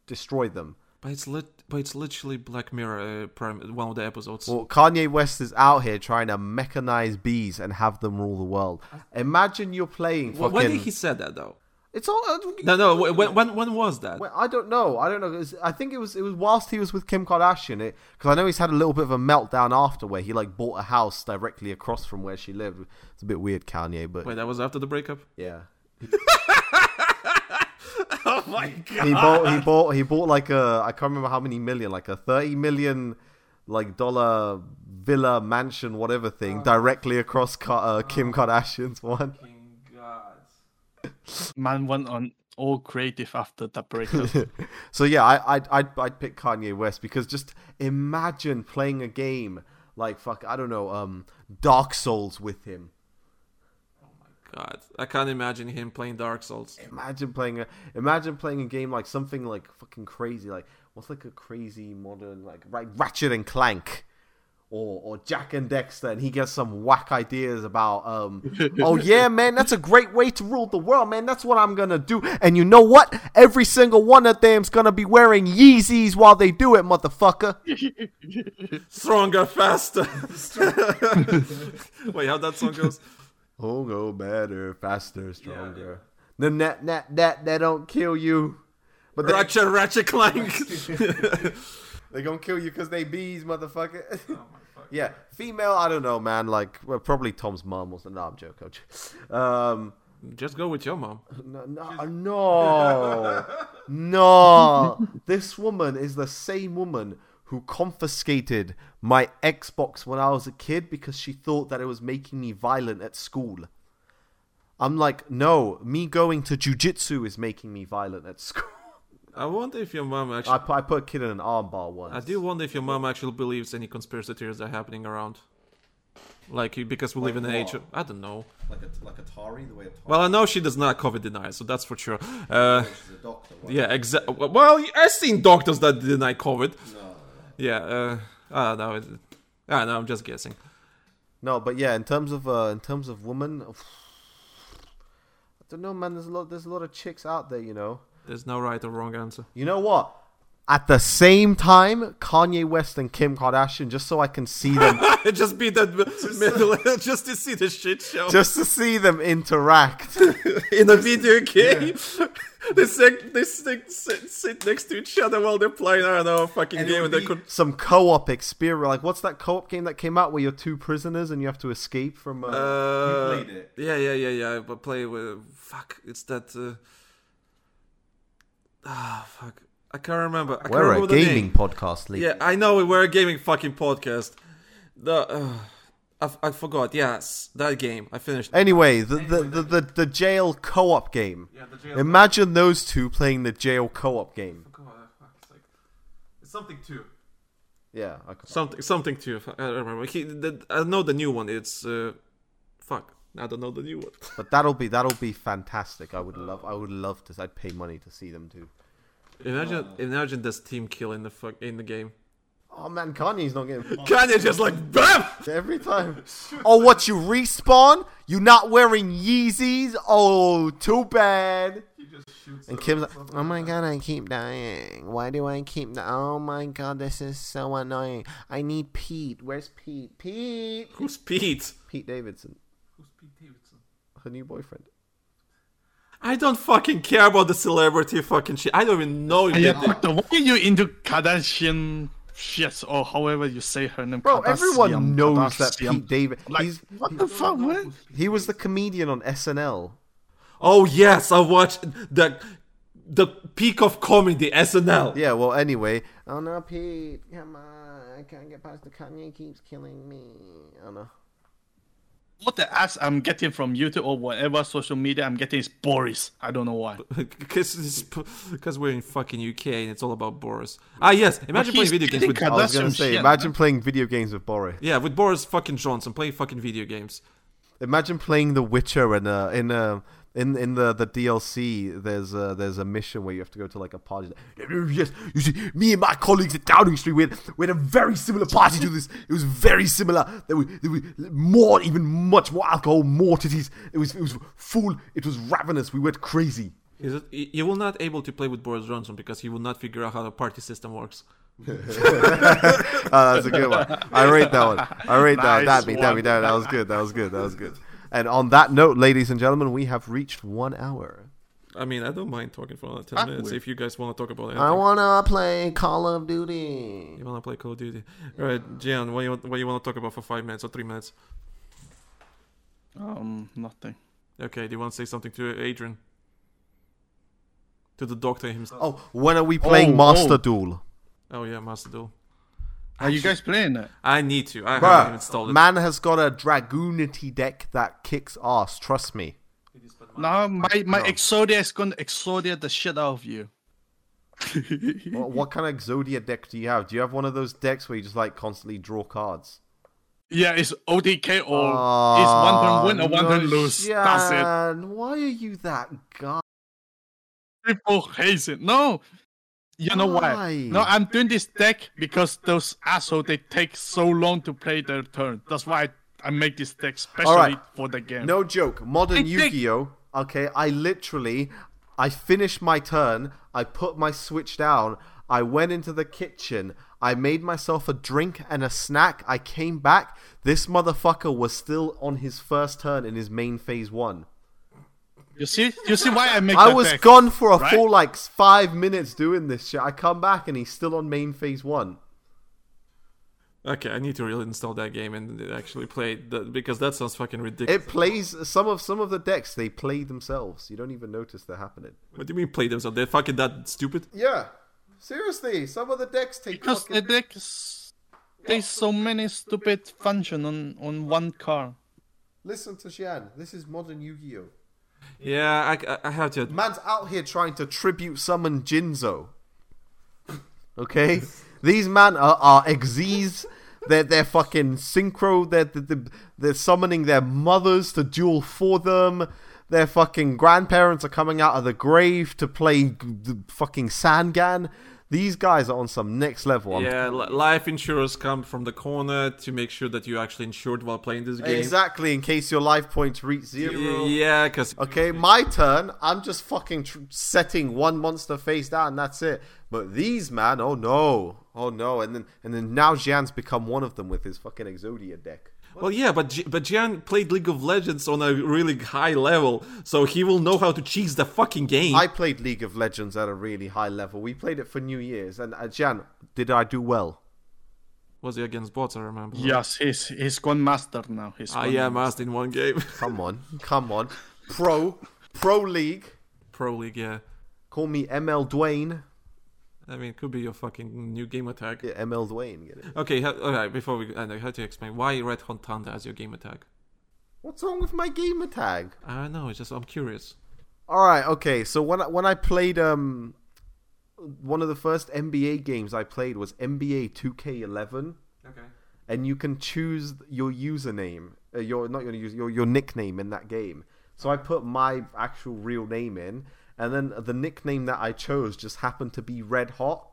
G: destroy them.
E: But it's lit. But it's literally Black Mirror, uh, prime, one of the episodes.
G: Well, Kanye West is out here trying to mechanize bees and have them rule the world. Imagine you're playing
E: Wh-
G: fucking.
E: When did he said that though?
G: It's all.
E: No, no. wh- When when when was that?
G: Well, I don't know. I don't know. It was- I think it was it was whilst he was with Kim Kardashian, because I know he's had a little bit of a meltdown after where he like bought a house directly across from where she lived. It's a bit weird, Kanye, but
E: Wait, that was after the breakup.
G: yeah,
E: Oh my god!
G: he bought he bought he bought like a I can't remember how many million, like a thirty million like dollar villa mansion whatever thing
E: Oh.
G: directly across Ka- uh, Kim Kardashian's one.
F: Man went on all creative after that breakup.
G: So yeah, I, I'd, I'd I'd pick Kanye West because just imagine playing a game like fuck I don't know um Dark Souls with him.
E: God, I can't imagine him playing Dark Souls.
G: Imagine playing a imagine playing a game like something like fucking crazy like what's like a crazy modern like right Ratchet and Clank. Or, or Jack and Dexter, and he gets some whack ideas about, um, oh yeah, man, that's a great way to rule the world, man. That's what I'm gonna do. And you know what? Every single one of them's gonna be wearing Yeezys while they do it, motherfucker.
E: Stronger, faster. Wait, how that song goes?
G: Oh, go better, faster, stronger. The net, net, that that don't kill you, but they,
E: Ratchet, ratchet, clank.
G: they gonna kill you because they bees, motherfucker.
J: Oh,
G: yeah, female. I don't know, man. Like well, probably Tom's mom was. No, I'm joking. I'm joking. Um,
E: Just go with your mom.
G: no, no, no, no. This woman is the same woman who confiscated my Xbox when I was a kid because she thought that it was making me violent at school. I'm like, no, me going to jujitsu is making me violent at school.
E: I wonder if your mom
G: I,
E: actually.
G: pu- I put a kid in an armbar once.
E: I do wonder if your mom actually believes any conspiracy theories are happening around. Like because we live in an age of I don't know.
J: Like a, like Atari, the way Atari
E: Well, I know she does not COVID deny, so that's for sure.
J: is a
E: Uh,
J: doctor. Right?
E: yeah, exactly. Well, I've seen doctors that deny COVID. Yeah, uh, I don't know. It- I don't know. I'm just guessing.
G: No, but yeah, in terms of uh, in terms of woman, I don't know, man. There's a lot. There's a lot of chicks out there, you know.
E: There's no right or wrong answer.
G: You know what? At the same time, Kanye West and Kim Kardashian, just so I can see them,
E: just be that middle, just to see the shit show
G: just to see them interact.
E: in a video game. they sit, they sit, sit, sit next to each other while they're playing. I don't know, a fucking
J: And it
E: game,
J: would
E: and they
J: be-
E: could.
G: Some co-op experience, like what's that co-op game that came out where you're two prisoners and you have to escape from? Uh,
E: Uh,
J: played it.
E: Yeah, yeah, yeah, yeah. But play with fuck. It's that. Uh... Ah, fuck. I can't remember. I can't remember the name.
G: podcast, Lee.
E: Yeah, I know we're a gaming fucking podcast. The uh, I, f- I forgot. Yes, that game. I finished.
G: Anyway, the the, the, the, the jail co-op game.
E: the
G: Imagine those two playing the jail co-op game.
E: It's something too.
G: Yeah, I could-
E: Something, something too. I don't remember. He, the, I know the new one. It's uh, fuck. I don't know the new one.
G: but that'll be that'll be fantastic. I would love I would love to. I'd pay money to see them do.
E: Imagine, imagine this team kill in the fuck in the game.
G: Oh man, Kanye's not getting
E: Kanye just like BAM.
G: every time. Oh, what you respawn? You not wearing Yeezys? Oh, too bad. And Kim's like, oh my god, I keep dying. Why do I keep? Di- oh my god, this is so annoying. I need Pete. Where's Pete? Pete.
E: Who's Pete?
G: Pete Davidson,
E: Who's Pete Davidson?
G: her new boyfriend.
E: I don't fucking care about the celebrity fucking shit. I don't even know if
F: Yeah,
E: they did.
F: what the- why are you into Kardashian shit or however you say her name?
G: Bro, everyone
F: Kardashian,
G: knows that
F: Kardashian.
G: Pete David.
F: Like,
G: he's,
F: what the fuck? What?
G: he was the comedian on SNL.
E: Oh yes, I watched the the peak of comedy SNL.
G: Yeah, well, anyway. Oh no, Pete, come on. I can't get past the Kanye keeps killing me. Oh no.
F: What the ass I'm getting from YouTube or whatever social media I'm getting is Boris. I don't know why.
E: Because we're in fucking UK and it's all about Boris. Ah yes, imagine playing
F: he's
E: video games
F: getting
E: with
G: I was gonna
F: Kardashian
G: say,
F: shit,
G: imagine playing video games with Boris.
E: yeah with Boris fucking Johnson. Play fucking video games.
G: Imagine playing The Witcher in a in a in in the the DLC. There's a there's a mission where you have to go to like a party. Yes, you see, me and my colleagues at Downing Street we had, we had a very similar party to this. It was very similar. There was, there was more, even much more alcohol, more titties. It was it was full. It was ravenous. We went crazy.
E: Is it, y- you will not able to play with Boris Johnson because he will not figure out how the party system works.
G: Oh, that's a good one. I rate that one. I rate that.
F: Nice
G: That me, that me,
F: one.
G: that That was good. That was good. That was good. And on that note, ladies and gentlemen, we have reached one hour.
E: I mean, I don't mind talking for another ten minutes if you guys Ah, want to talk about anything.
G: I wanna play Call of Duty.
E: you want to play Call of Duty? All right, Gian, what you what you want to talk about for five minutes or three minutes?
F: Um, nothing.
E: Okay, do you want to say something to Adrian? To the doctor himself.
G: Oh, when are we playing
F: Oh,
G: Master
F: oh.
G: Duel?
E: Oh yeah, Master Duel.
F: Are you guys playing it?
E: I need to. I haven't even installed
G: Bruh,
E: it.
G: man has got a Dragoonity deck that kicks ass. Trust me.
F: No, my my Exodia is gonna Exodia the shit out of you.
G: what, what kind of Exodia deck do you have? Do you have one of those decks where you just like constantly draw cards?
F: Yeah, it's ODK or Oh, it's one turn win or one turn
G: Ah,
F: lose. That's
G: it. Oh, Why are you that guy?
F: it. People hate it. No, you know why?
G: Why?
F: No, I'm doing this deck because those assholes they take so long to play their turn. That's why I, I make this deck specially for the game.
G: No joke. Modern
F: Hey, Dick.
G: Yu-Gi-Oh. Okay, I literally, I finished my turn. I put my switch down. I went into the kitchen. I made myself a drink and a snack. I came back. This motherfucker was still on his first turn in his main phase one.
F: you see, you see why I make.
G: I
F: that
G: was
F: deck?
G: gone for a
F: right?
G: full like five minutes doing this shit. I come back and he's still on main phase one.
E: Okay, I need to really install that game and actually play it th- because that sounds fucking ridiculous.
G: It plays some of some of the decks. They play themselves. You don't even notice they're happening.
E: what do you mean play them? So they're fucking that stupid?
G: Yeah, seriously. Some of the decks take
F: because the deck is- there's so many stupid function on on one card.
G: Listen to Xian. This is modern Yu-Gi-Oh.
E: Yeah, I, I- I have to.
G: Man's out here trying to tribute summon Jinzo. Okay, these man are, are exes. They're they're fucking synchro. They're, they're they're summoning their mothers to duel for them. Their fucking grandparents are coming out of the grave to play g- the fucking Sangan. These guys are on some next level. I'm-
E: Yeah, li- life insurers come from the corner to make sure that you actually insured while playing this game.
G: exactly. In case your life points reach zero.
E: Y- Yeah, because
G: Okay, my turn. I'm just fucking tr- setting one monster face down. and That's it. But these man, oh no, oh no, and then and then now Jian's become one of them with his fucking Exodia deck.
E: well, yeah, but G- but Gian played League of Legends on a really high level, so he will know how to cheese the fucking game.
G: I played League of Legends at a really high level. We played it for New Year's, and uh, Jian, did I do well?
E: Was he against bots? I remember.
F: Yes, he's he's gone master now. He's
E: I
F: gone
E: am asked in one game.
G: Come on, come on, pro, pro league.
E: Pro League, yeah.
G: Call me ML Dwayne.
E: I mean, it could be your fucking new game attack.
G: Yeah, ML Dwayne. Get it?
E: Okay, ha- all right. Before we, I know how to explain why Red Hot Thunder as your game attack.
G: What's wrong with my gamer tag?
E: I don't know. It's just I'm curious.
G: All right, okay. So when I, when I played um one of the first NBA games I played was NBA 2K11
E: Okay.
G: and you can choose your username, uh, your not your user, your your nickname in that game. So I put my actual real name in and then the nickname that I chose just happened to be Red Hot.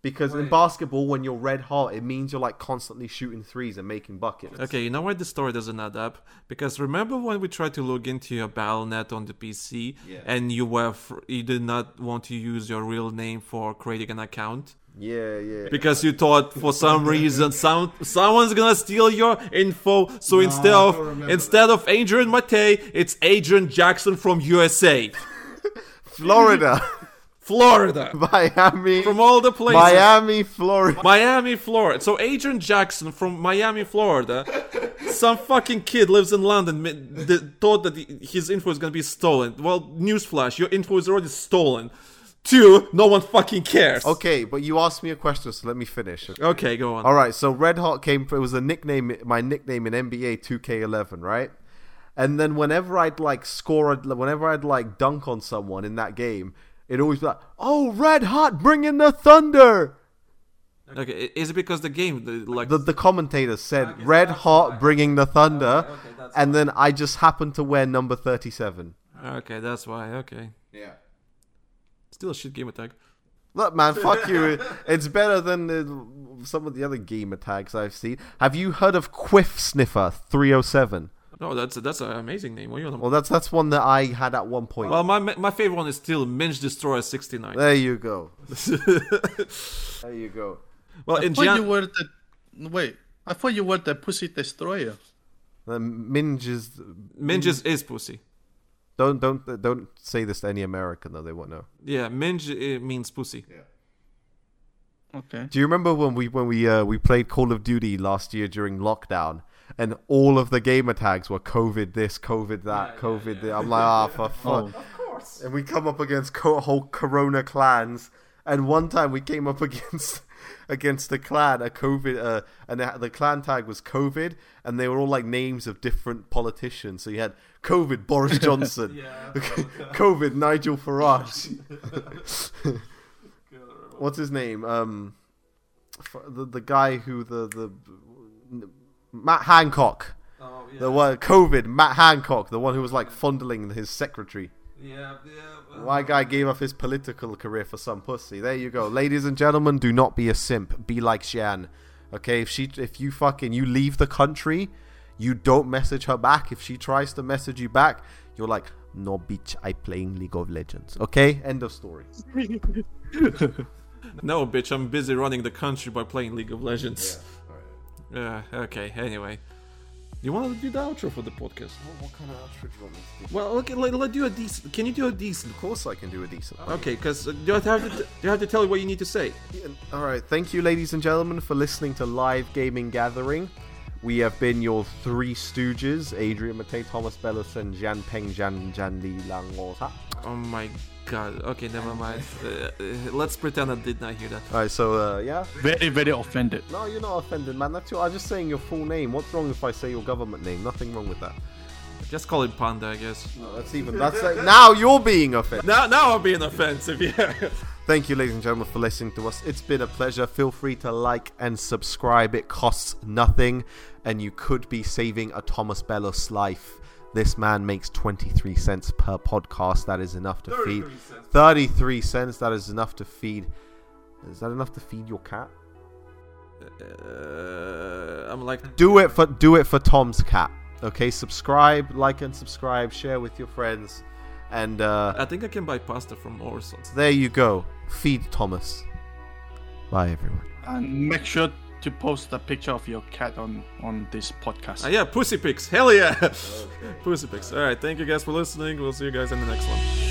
G: Because in basketball, when you're red hot, it means you're like constantly shooting threes and making buckets.
E: Okay, you know why the story doesn't add up? Because remember when we tried to log into your BattleNet on the PC, and you were fr- you did not want to use your real name for creating an account
G: Yeah, yeah.
E: because you thought for some reason some someone's gonna steal your info. So instead of instead of Adrian Matei, it's Adrian Jackson from USA,
G: Florida,
E: Florida,
G: Miami,
E: from all the places.
G: Miami, Florida.
E: Miami, Florida. So Adrian Jackson from Miami, Florida, some fucking kid lives in London. mi- th- Thought that he- his info is gonna be stolen. Well, newsflash, your info is already stolen. Two, no one fucking cares.
G: Okay, but you asked me a question, so let me finish.
E: Okay, go on.
G: All right, so Red Hot came. It was a nickname, my nickname in NBA 2K11, right? And then whenever I'd like score, a- whenever I'd like dunk on someone in that game, it always be like, "Oh, Red Hot, bring in the thunder!"
E: Okay, i- is it because the game the, like
G: The the commentator said, "Red Hot, bringing the thunder," and then I just happened to wear number 37.
E: Okay, that's why. Okay.
J: Yeah.
E: Still a shit game attack.
G: Look, man, fuck you. It's better than the, some of the other gamer tags I've seen. Have you heard of Quiff Sniffer 307?
E: No, that's that's an amazing name. What are you on
G: Well,
E: about?
G: that's that's one that I had at one point.
E: Well, my my favorite one is still Minge Destroyer 69.
G: There you go. There you go.
E: well,
F: I
E: uh, in
F: thought you
E: Gian-
F: were the wait. I thought you were the pussy destroyer.
G: The Minge is
E: Minge is, is pussy.
G: don't don't don't say this to any American though they won't know.
E: Yeah, Minge uh, means pussy.
F: Okay.
G: Do you remember when we when we uh, we played Call of Duty last year during lockdown and all of the gamer tags were COVID this, COVID that, COVID this. I'm like, ah, for fun. Of course. And we come up against co- whole Corona clans, and one time we came up against against a clan, a COVID, uh, and it- the clan tag was COVID, and they were all like names of different politicians. So you had COVID Boris Johnson, COVID Nigel Farage. What's his name? Um, f- the the guy who the the Matt Hancock.
E: Oh,
G: The one COVID Matt Hancock, the one who was like fondling his secretary.
E: Yeah, yeah.
G: My guy gave up his political career for some pussy. There you go, ladies and gentlemen. Do not be a simp. Be like Jan. Okay, if she if you fucking you leave the country, you don't message her back. If she tries to message you back, you're like, no bitch, I playing League of Legends. Okay, end of story.
E: No, bitch, I'm busy running the country by playing League of Legends. Yeah, okay, anyway. You want to do the outro for the podcast?
G: What kind of outro do you want me to do? Of
E: Well, okay, let, let do a decent. Can you do a decent?
G: course, I can do a decent. one.
E: Okay, because uh, you, have to- do you have to tell me what you need to say.
G: All right, thank you, ladies and gentlemen, for listening to Live Gaming Gathering. We have been your three stooges, Adrian Matei, Thomas Bellis, and Jan Peng Jan Jan Li Lang Wo Ta.
E: Oh my god. Okay, never mind. Uh, uh, let's pretend I did not hear that.
G: All right, so, uh, yeah.
F: Very very offended.
G: No, you're not offended, man. That's your, I'm just saying your full name. What's wrong if I say your government name? Nothing wrong with that.
E: Just call it Panda, I guess.
G: No, that's even, that's like, now you're being offended.
E: Now, now I'm being offensive, yeah.
G: Thank you, ladies and gentlemen, for listening to us. It's been a pleasure. Feel free to like and subscribe. It costs nothing, and you could be saving a Thomas Bellos life. This man makes 23 cents per podcast. That is enough to feed. 33 cents. That is enough to feed. Is that enough to feed your cat?
E: Uh, I'm like,
G: Do it for do it for Tom's cat. Okay, subscribe, like, and subscribe. Share with your friends, and uh,
E: I think I can buy pasta from Orson.
G: there you go. Feed Thomas. Bye, everyone.
F: And make sure to post a picture of your cat on on this podcast.
E: Ah, yeah, Pussy Pigs. Hell yeah. Pussy Pigs. All right. Thank you guys for listening. We'll see you guys in the next one.